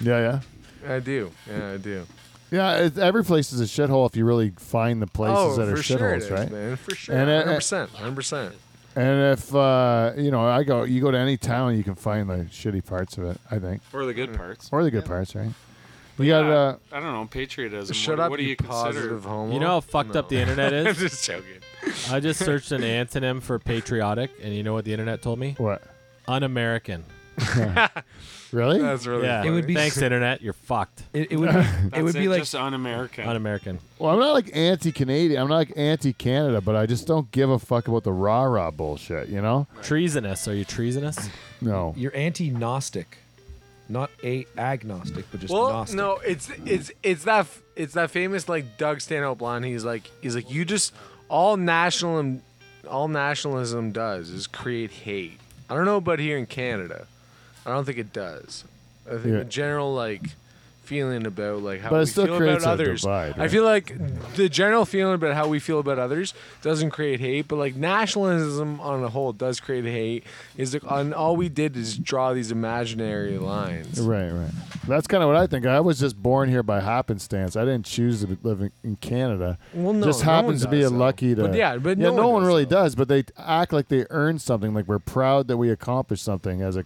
B: Yeah, yeah.
D: I do. Yeah, I do.
B: Yeah, it, every place is a shithole if you really find the places
D: Oh,
B: that are shitholes, right?
D: Man, for sure.
B: And, uh,
D: 100%. 100%.
B: And if uh, you know, I go, you go to any town, you can find the shitty parts of it. I think,
C: or the good parts.
B: or the good parts, right? You got
C: Yeah,
B: uh,
C: I don't know, patriotism.
D: Shut
C: what,
D: up,
C: what do you
D: you, positive
C: consider?
D: homo.
F: You know how fucked up the internet
D: <laughs> I'm
F: is?
D: just joking.
F: I just searched an antonym for patriotic, and you know what the internet told me?
B: what?
F: Un-American.
B: Really?
D: <laughs> That's really
F: yeah.
E: It
D: funny.
E: would be-
F: Thanks, internet. You're fucked.
E: It, it would be, it
C: That's
E: would be like
C: just un-American.
F: Un-American.
B: Well, I'm not like anti-Canadian. I'm not like anti-Canada, but I just don't give a fuck about the rah rah bullshit. You know?
F: Treasonous. Are you treasonous?
B: No.
E: you're anti-Gnostic, not a agnostic, but just
D: Well,
E: Gnostic.
D: no, it's it's it's that f- it's that famous like Doug Stanhope line. He's like he's like you just all nationalism all nationalism does is create hate. I don't know about here in Canada. I don't think it does. I think
B: Yeah.
D: the general like feeling about like how
B: But it
D: we
B: still
D: feel
B: creates
D: about
B: a
D: others.
B: divide,
D: I
B: right?
D: feel like the general feeling about how we feel about others doesn't create hate, but like nationalism on a whole does create hate. Is like and all we did is draw these imaginary lines.
B: Right, right. That's kind of what I think. I was just born here by happenstance. I didn't choose to be- live in, in Canada.
D: Well, no,
B: just
D: no one
B: happens to be
D: does,
B: a
D: though.
B: lucky to.
D: But yeah, but
B: yeah,
D: no
B: no,
D: one
B: one
D: does,
B: really
D: though.
B: does. But they act like they earned something. Like we're proud that we accomplished something as a,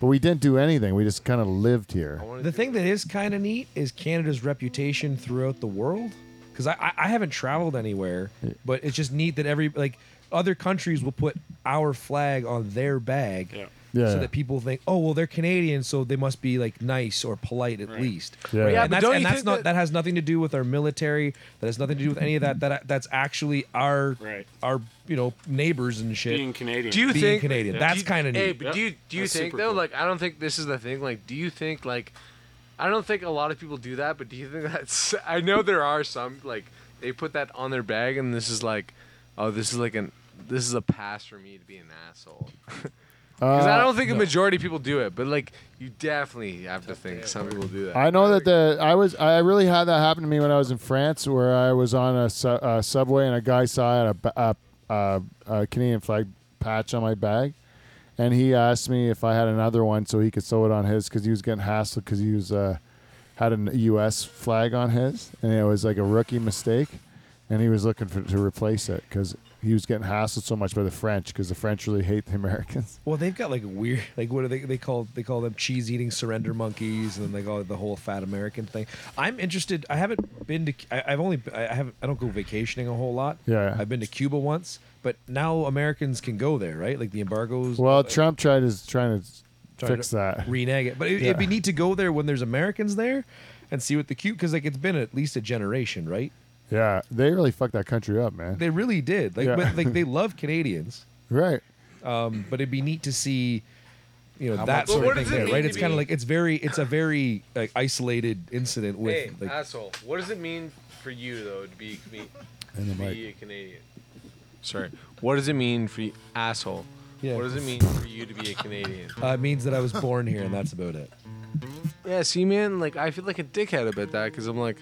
B: but we didn't do anything. We just kind of lived here.
E: The thing that is kind of neat is Canada's reputation throughout the world. Because I, I, I haven't traveled anywhere, but it's just neat that every like other countries will put our flag on their bag,
C: Yeah.
B: Yeah.
E: so that people think, oh well, they're Canadian, so they must be like nice or polite at least.
B: Yeah. But yeah,
E: and
D: but
E: that's,
D: don't
E: and
D: you
E: that's
D: think
E: not
D: that-
E: that, has nothing to do with our military. That has nothing to do with any of that. That that's actually our
C: Right.
E: our you know neighbors and shit.
C: Being Canadian.
D: do you
E: being
D: think
E: Canadian.
D: do
E: That's
D: you-
E: kinda
D: Hey,
E: neat.
D: but
C: Yep.
D: do you do you
C: That's
D: think
C: super
D: though?
C: cool.
D: Like, I don't think this is the thing. Like, do you think like, I don't think a lot of people do that. But do you think <laughs> that's? I know there are some like they put that on their bag, and this is like, oh, this is like an this is a pass for me to be an asshole. <laughs> Because I don't
E: Uh,
D: think a majority of people do it, but like you definitely have to think some people do that.
B: I know that the I was I really had that happen to me when I was in France, where I was on a, su- a subway and a guy saw I had a, ba- a, a, a Canadian flag patch on my bag, and he asked me if I had another one so he could sew it on his because he was getting hassled because he was uh, had a U.S. flag on his, and it was like a rookie mistake, and he was looking for to replace it because he was getting hassled so much by the French because the French really hate the Americans.
E: Well, they've got like weird, <laughs> like what are they? They call they call them cheese eating surrender monkeys, and then they call it the whole fat American thing. I'm interested. I haven't been to. I, I've only. I I haven't. I don't go vacationing a whole lot.
B: Yeah.
E: I've been to Cuba once, but now Americans can go there, right? Like the embargoes.
B: Well, Trump tried is trying to
E: Trying to
B: fix that.
E: renege it, but it,
B: Yeah.
E: it'd be neat to go there when there's Americans there, and see what the cute because like it's been at least a generation, right?
B: Yeah, they really fucked that country up, man.
E: They really did.
B: <laughs>
E: Like,
B: Yeah.
E: but, like they love Canadians.
B: right.
E: Um, but it'd be neat to see you know
G: How
E: that
G: much-
E: sort
D: Well,
E: of
D: what
E: thing
D: does it
E: there,
D: mean
E: right?
D: to
E: It's kind
D: be-
E: of like it's very it's a very like, isolated incident with
D: Hey,
E: like
D: asshole! What does it mean for you though to be, to be
B: And the mic.
D: be a Canadian? Sorry. What does it mean for you, asshole?
E: Yeah.
D: What does it mean for you to be a Canadian?
E: uh, it means that I was born here and that's about it.
D: Yeah, see, man, like I feel like a dickhead about that because I'm like,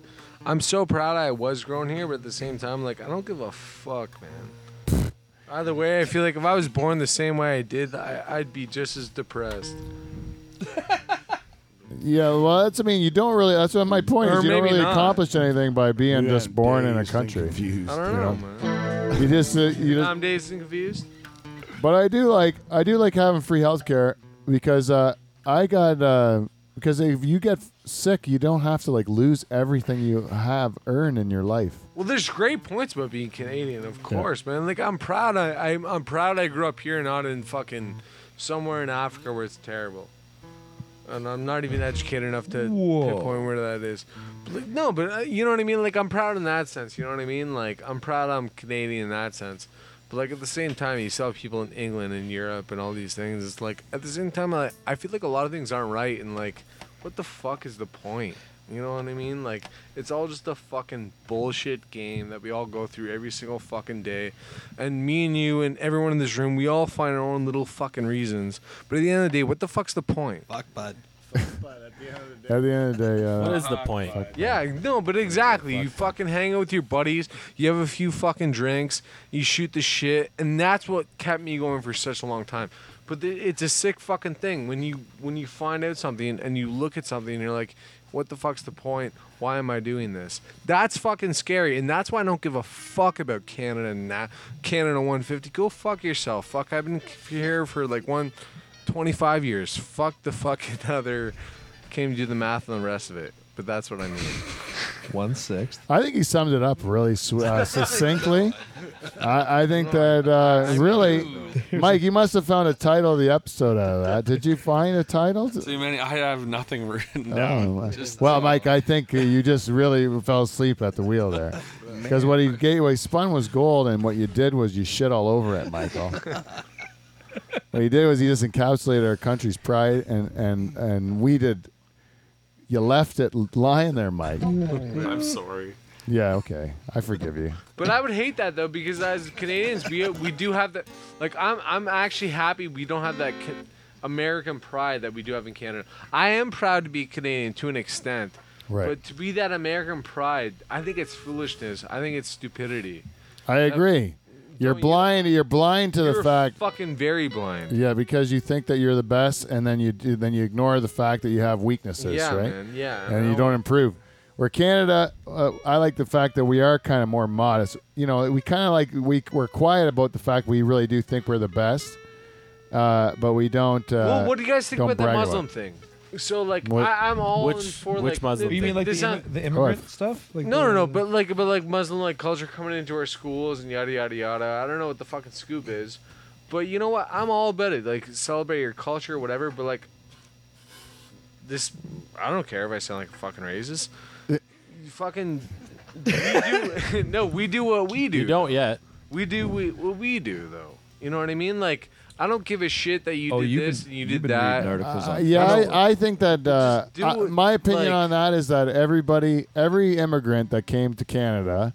D: I'm so proud I was grown here, but at the same time, like I don't give a fuck, man. Either way, I feel like if I was born the same way I did, I, I'd be just as depressed.
B: Yeah, well, that's I mean, you don't really. That's what my point
D: Or
B: is. You don't
D: maybe
B: really
D: not.
B: accomplish anything by being
G: Yeah,
B: just born in a
G: dazed and
B: country.
G: Confused.
D: I don't know, man.
B: You just, uh, you just.
D: I'm dazed and confused.
B: But I do like, I do like having free healthcare because uh, I got uh, because if you get sick, you don't have to like lose everything you have earned in your life.
D: Well, there's great points about being Canadian, of course, man. Like I'm proud. I, I'm I'm proud I grew up here, not in fucking somewhere in Africa where it's terrible. And I'm not even educated enough to
E: Whoa.
D: pinpoint where that is. But like, no, but uh, you know what I mean. Like I'm proud in that sense. You know what I mean. Like I'm proud I'm Canadian in that sense. But like at the same time, you saw people in England and Europe and all these things. It's like at the same time, I I feel like a lot of things aren't right, and like, what the fuck is the point? You know what I mean? Like it's all just a fucking bullshit game that we all go through every single fucking day. And me and you and everyone in this room, we all find our own little fucking reasons. But at the end of the day, what the fuck's the point?
H: Fuck, bud.
B: At the end of the day, uh,
F: What is the point?
D: Yeah, no, but exactly. You fucking hang out with your buddies, you have a few fucking drinks, you shoot the shit, and that's what kept me going for such a long time. But th- it's a sick fucking thing when you when you find out something and you look at something and you're like, what the fuck's the point? Why am I doing this? That's fucking scary, and that's why I don't give a fuck about Canada and that Canada 150. Go fuck yourself. Fuck, I've been here for like one. 25 years. Fuck the fucking <laughs> other. Came to do the math on the rest of it. But that's what I mean.
E: One sixth.
B: I think he summed it up really su-
D: <laughs>
B: uh, succinctly. I, I think that uh, really, Mike, you must have found a title of the episode out of that. Did you find a title?
C: Too many. I have nothing <laughs>
B: Oh,
C: written down.
B: <laughs> No.
C: Just-
B: well, Mike, I think uh, you just really fell asleep at the wheel
D: <laughs>
B: there. Because what he gave, what he spun was gold, and what you did was you shit all over it,
D: <laughs>
B: Michael. what he did was he just encapsulated our country's pride, and and and we did. You left it lying there, Mike.
C: I'm sorry.
B: Yeah, okay, I forgive you.
D: But I would hate that though because as Canadians, we we do have that. Like I'm I'm actually happy we don't have that ca- American pride that we do have in Canada. I am proud to be Canadian to an extent,
B: Right.
D: but to be that American pride, I think it's foolishness. I think it's stupidity.
B: I agree. You're
D: you-
B: blind. You're blind to the
D: You're
B: fact.
D: fucking very blind.
B: Yeah, because you think that you're the best, and then you do, then you ignore the fact that you have weaknesses,
D: yeah,
B: right?
D: man. Yeah.
B: and you
D: I
B: don't uh, improve. Where Canada, uh, I like the fact that we are kind of more modest. You know, we kind of like we we're quiet about the fact we really do think we're the best, uh, but we don't. Uh,
D: Well, what do you guys think
B: don't
D: about the
B: brag about
D: Muslim thing? So like,
B: What-
D: I, I'm all
F: Which-
D: in for
F: which
D: like.
F: Muslim
D: the-
F: thing?
E: You mean like the,
D: this
E: immi-
D: un-
E: the immigrant stuff? Like
D: no,
E: the-
D: no, no. But like, but like Muslim like culture coming into our schools and yada yada yada. I don't know what the fucking scoop is, but you know what? I'm all about it. Like celebrate your culture, whatever. But like, this I don't care if I sound like a fucking racist. You fucking. we do, <laughs> no, we do what we do.
F: You don't yet.
D: We do we, what we do though. You know what I mean? Like I don't give a shit that you
E: oh,
D: did
E: you've
D: this
E: been,
D: and you
E: you've
D: did
E: been
D: that. <laughs>
E: reading articles
B: Uh,
E: on.
B: yeah,
D: I know.
B: I, I think that uh,
D: Just do
B: I-
D: it,
B: my opinion
D: like-
B: on that is that everybody, every immigrant that came to Canada,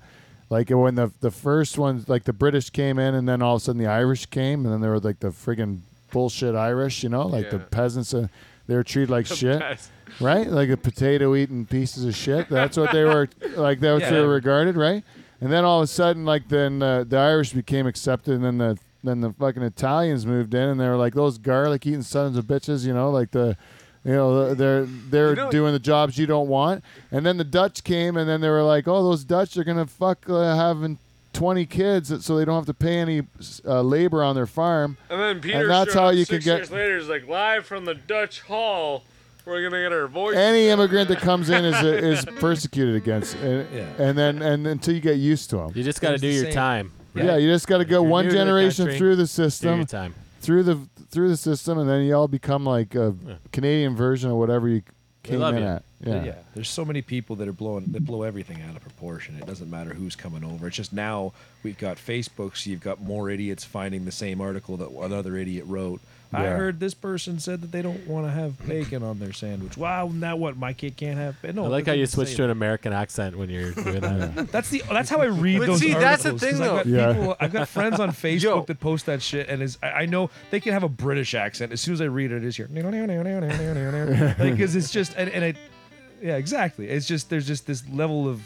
B: like when the the first ones, like the British came in, and then all of a sudden the Irish came, and then there were like the friggin' bullshit Irish, you know, like the
D: Yeah.
B: peasants. Uh, they were treated like shit,
D: peasants.
B: right? Like the potato eating pieces of shit. That's what they were like. That was
E: Yeah.
B: they were regarded, right? And then all of a sudden, like then uh, the Irish became accepted, and then the then the fucking Italians moved in, and they were like those garlic eating sons of bitches, you know, like the. You know they're they're
D: You know-
B: doing the jobs you don't want, and then the Dutch came, and then they were like, "Oh, those Dutch are gonna fuck uh, having twenty kids, so they don't have to pay any uh, labor on their farm."
D: And then Peter
B: And that's
D: showed
B: how
D: up
B: you
D: six
B: can get-
D: years later is like live from the Dutch Hall. We're gonna get our voice.
B: any immigrant that comes in is
F: <laughs>
B: is persecuted against, and,
E: Yeah.
B: and then and until you get used to them.
F: You just got to
E: It's
F: do
E: the
F: your
E: same.
F: time.
B: Yeah, you just got to go
F: you're
B: one
F: new to the
B: generation
F: country,
B: through the
F: Do your
B: system,
F: time.
B: through the through the system, and then you all become like a Canadian version of whatever you came
F: love
B: in
F: you.
B: at. Yeah.
E: yeah. There's so many people that are blowing that blow everything out of proportion. It doesn't matter who's coming over. It's just now we've got Facebook, so you've got more idiots finding the same article that another idiot wrote. I
F: Yeah.
E: heard this person said that they don't want to have bacon on their sandwich. Wow, now what? My kid can't have bacon. No,
F: I like
E: that
F: how you
E: doesn't
F: switch
E: say
F: to an American accent when you're doing
E: <laughs>
F: that.
E: That's the that's how I read
D: But
E: those
D: see,
E: articles.
D: that's the
E: 'cause
D: thing,
E: I've got,
B: though. Yeah.
E: people, I've got friends
D: <laughs>
E: on Facebook
D: Yo.
E: that post that shit, and is I, I know they can have a British accent. As soon as I read it, it is here <laughs> because it's just and, and I, yeah, exactly. It's just there's just this level of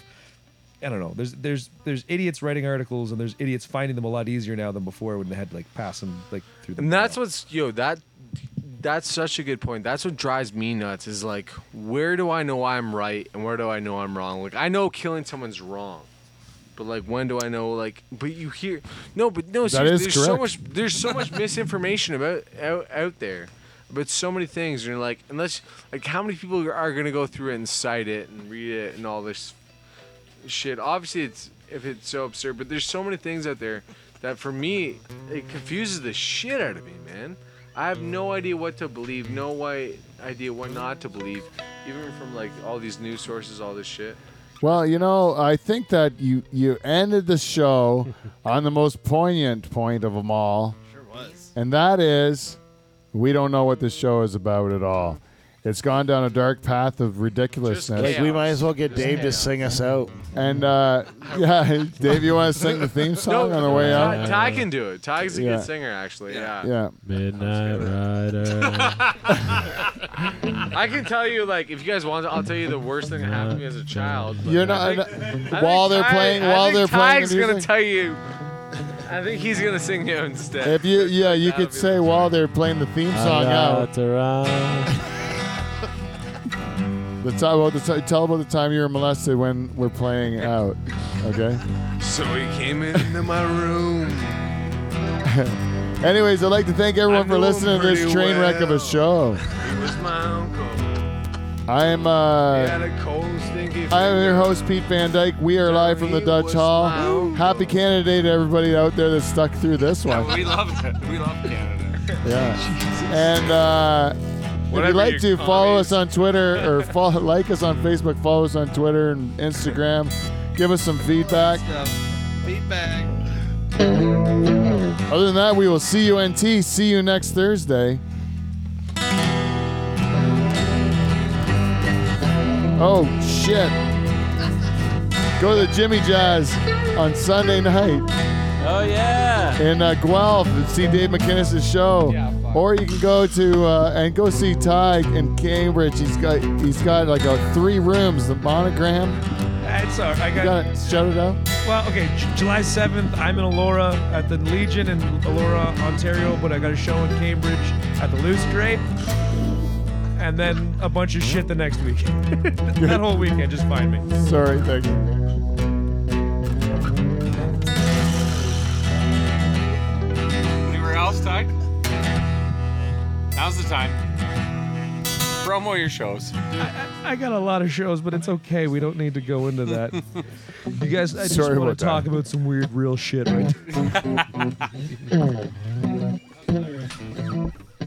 E: I don't know. There's there's there's idiots writing articles, and there's idiots finding them a lot easier now than before when they had to like pass them like through the.
D: And that's what's yo that that's such a good point. That's what drives me nuts is like where do I know I'm right and where do I know I'm wrong? Like I know killing someone's wrong. But like when do I know like but you hear no but no seriously,
B: is
D: there's so
B: correct.
D: much there's so much misinformation about out, out there about so many things and you're like unless like how many people are going to go through it and cite it and read it and all this shit. Obviously, it's if it's so absurd, but there's so many things out there that for me it confuses the shit out of me, man. I have no idea what to believe, no way idea what not to believe, even from like all these news sources, all this shit.
B: Well, you know, I think that you you ended
F: <laughs>
B: the show on the most poignant point of them all,
H: Sure was.
B: and that is we don't know what this show is about at all. It's gone down a dark path of ridiculousness.
D: chaos.
G: Like we might as well get Dave to sing us out.
B: And uh, yeah, <laughs> Dave, you want to sing the theme song on the way
D: Ty,
B: out?
D: Ty can do it. Ty's a
B: Yeah.
D: good singer, actually.
H: Yeah.
D: Yeah.
B: Yeah.
F: Midnight Rider.
D: I can tell you, like, if you guys want, to, I'll tell you the worst thing that happened to me as a child. but
B: You're
D: I
B: not uh,
D: think- I
B: while
D: think
B: they're
D: Ty-
B: playing
D: I
B: while
D: think
B: they're playing.
D: Ty's
B: the
D: gonna
B: music.
D: tell you. I think he's gonna sing you instead.
B: if you yeah, you
D: That'll
B: could
D: be
B: say
D: the-
B: while they're playing the theme song out. The time about the ti- tell about the time you were molested when we're playing out. Okay.
D: So he came into my room.
B: Anyways, I'd like to thank everyone
D: I
B: for
D: knew
B: listening
D: him
B: to this
D: pretty
B: train wreck of a
D: well.
B: show.
D: He was my uncle.
B: I am uh,
D: Had a cold, stinky
B: I am
D: finger.
B: your host Pete Van Dyke. We are live from the Dutch Hall. Happy Canada Day to everybody out there that stuck through this one.
D: We love it. We love Canada.
B: Yeah. And uh, if you'd
D: Whatever
B: like to
D: your
B: follow
D: comment
B: us on Twitter or follow, <laughs> like us on Facebook, follow us on Twitter and Instagram. Give us some feedback.
H: Stuff. Feedback.
B: Other than that, we will see you NT. See you next Thursday. Oh shit. Go to the Jimmy Jazz on Sunday night
A: Oh, yeah.
B: in uh, Guelph and see Dave McInnes' show. or you can go to uh, and go see Ty in Cambridge. He's got he's got like a three rooms. The monogram.
E: It's all right. I
B: You
E: got
B: got to shut it out.
E: Well, okay, J- July 7th, I'm in Elora at the Legion in Elora, Ontario, but I got a show in Cambridge at the Loose Grape. And then a bunch of shit the next week. <laughs> that whole weekend, just find me.
B: Sorry, thank you.
C: Anywhere else, Ty? Now's the time. Promo your shows.
E: I got a lot of shows, but it's okay. We don't need to go into that. You guys, I just
B: Sorry
E: want
B: about
E: to talk
B: that.
E: about some weird, real shit right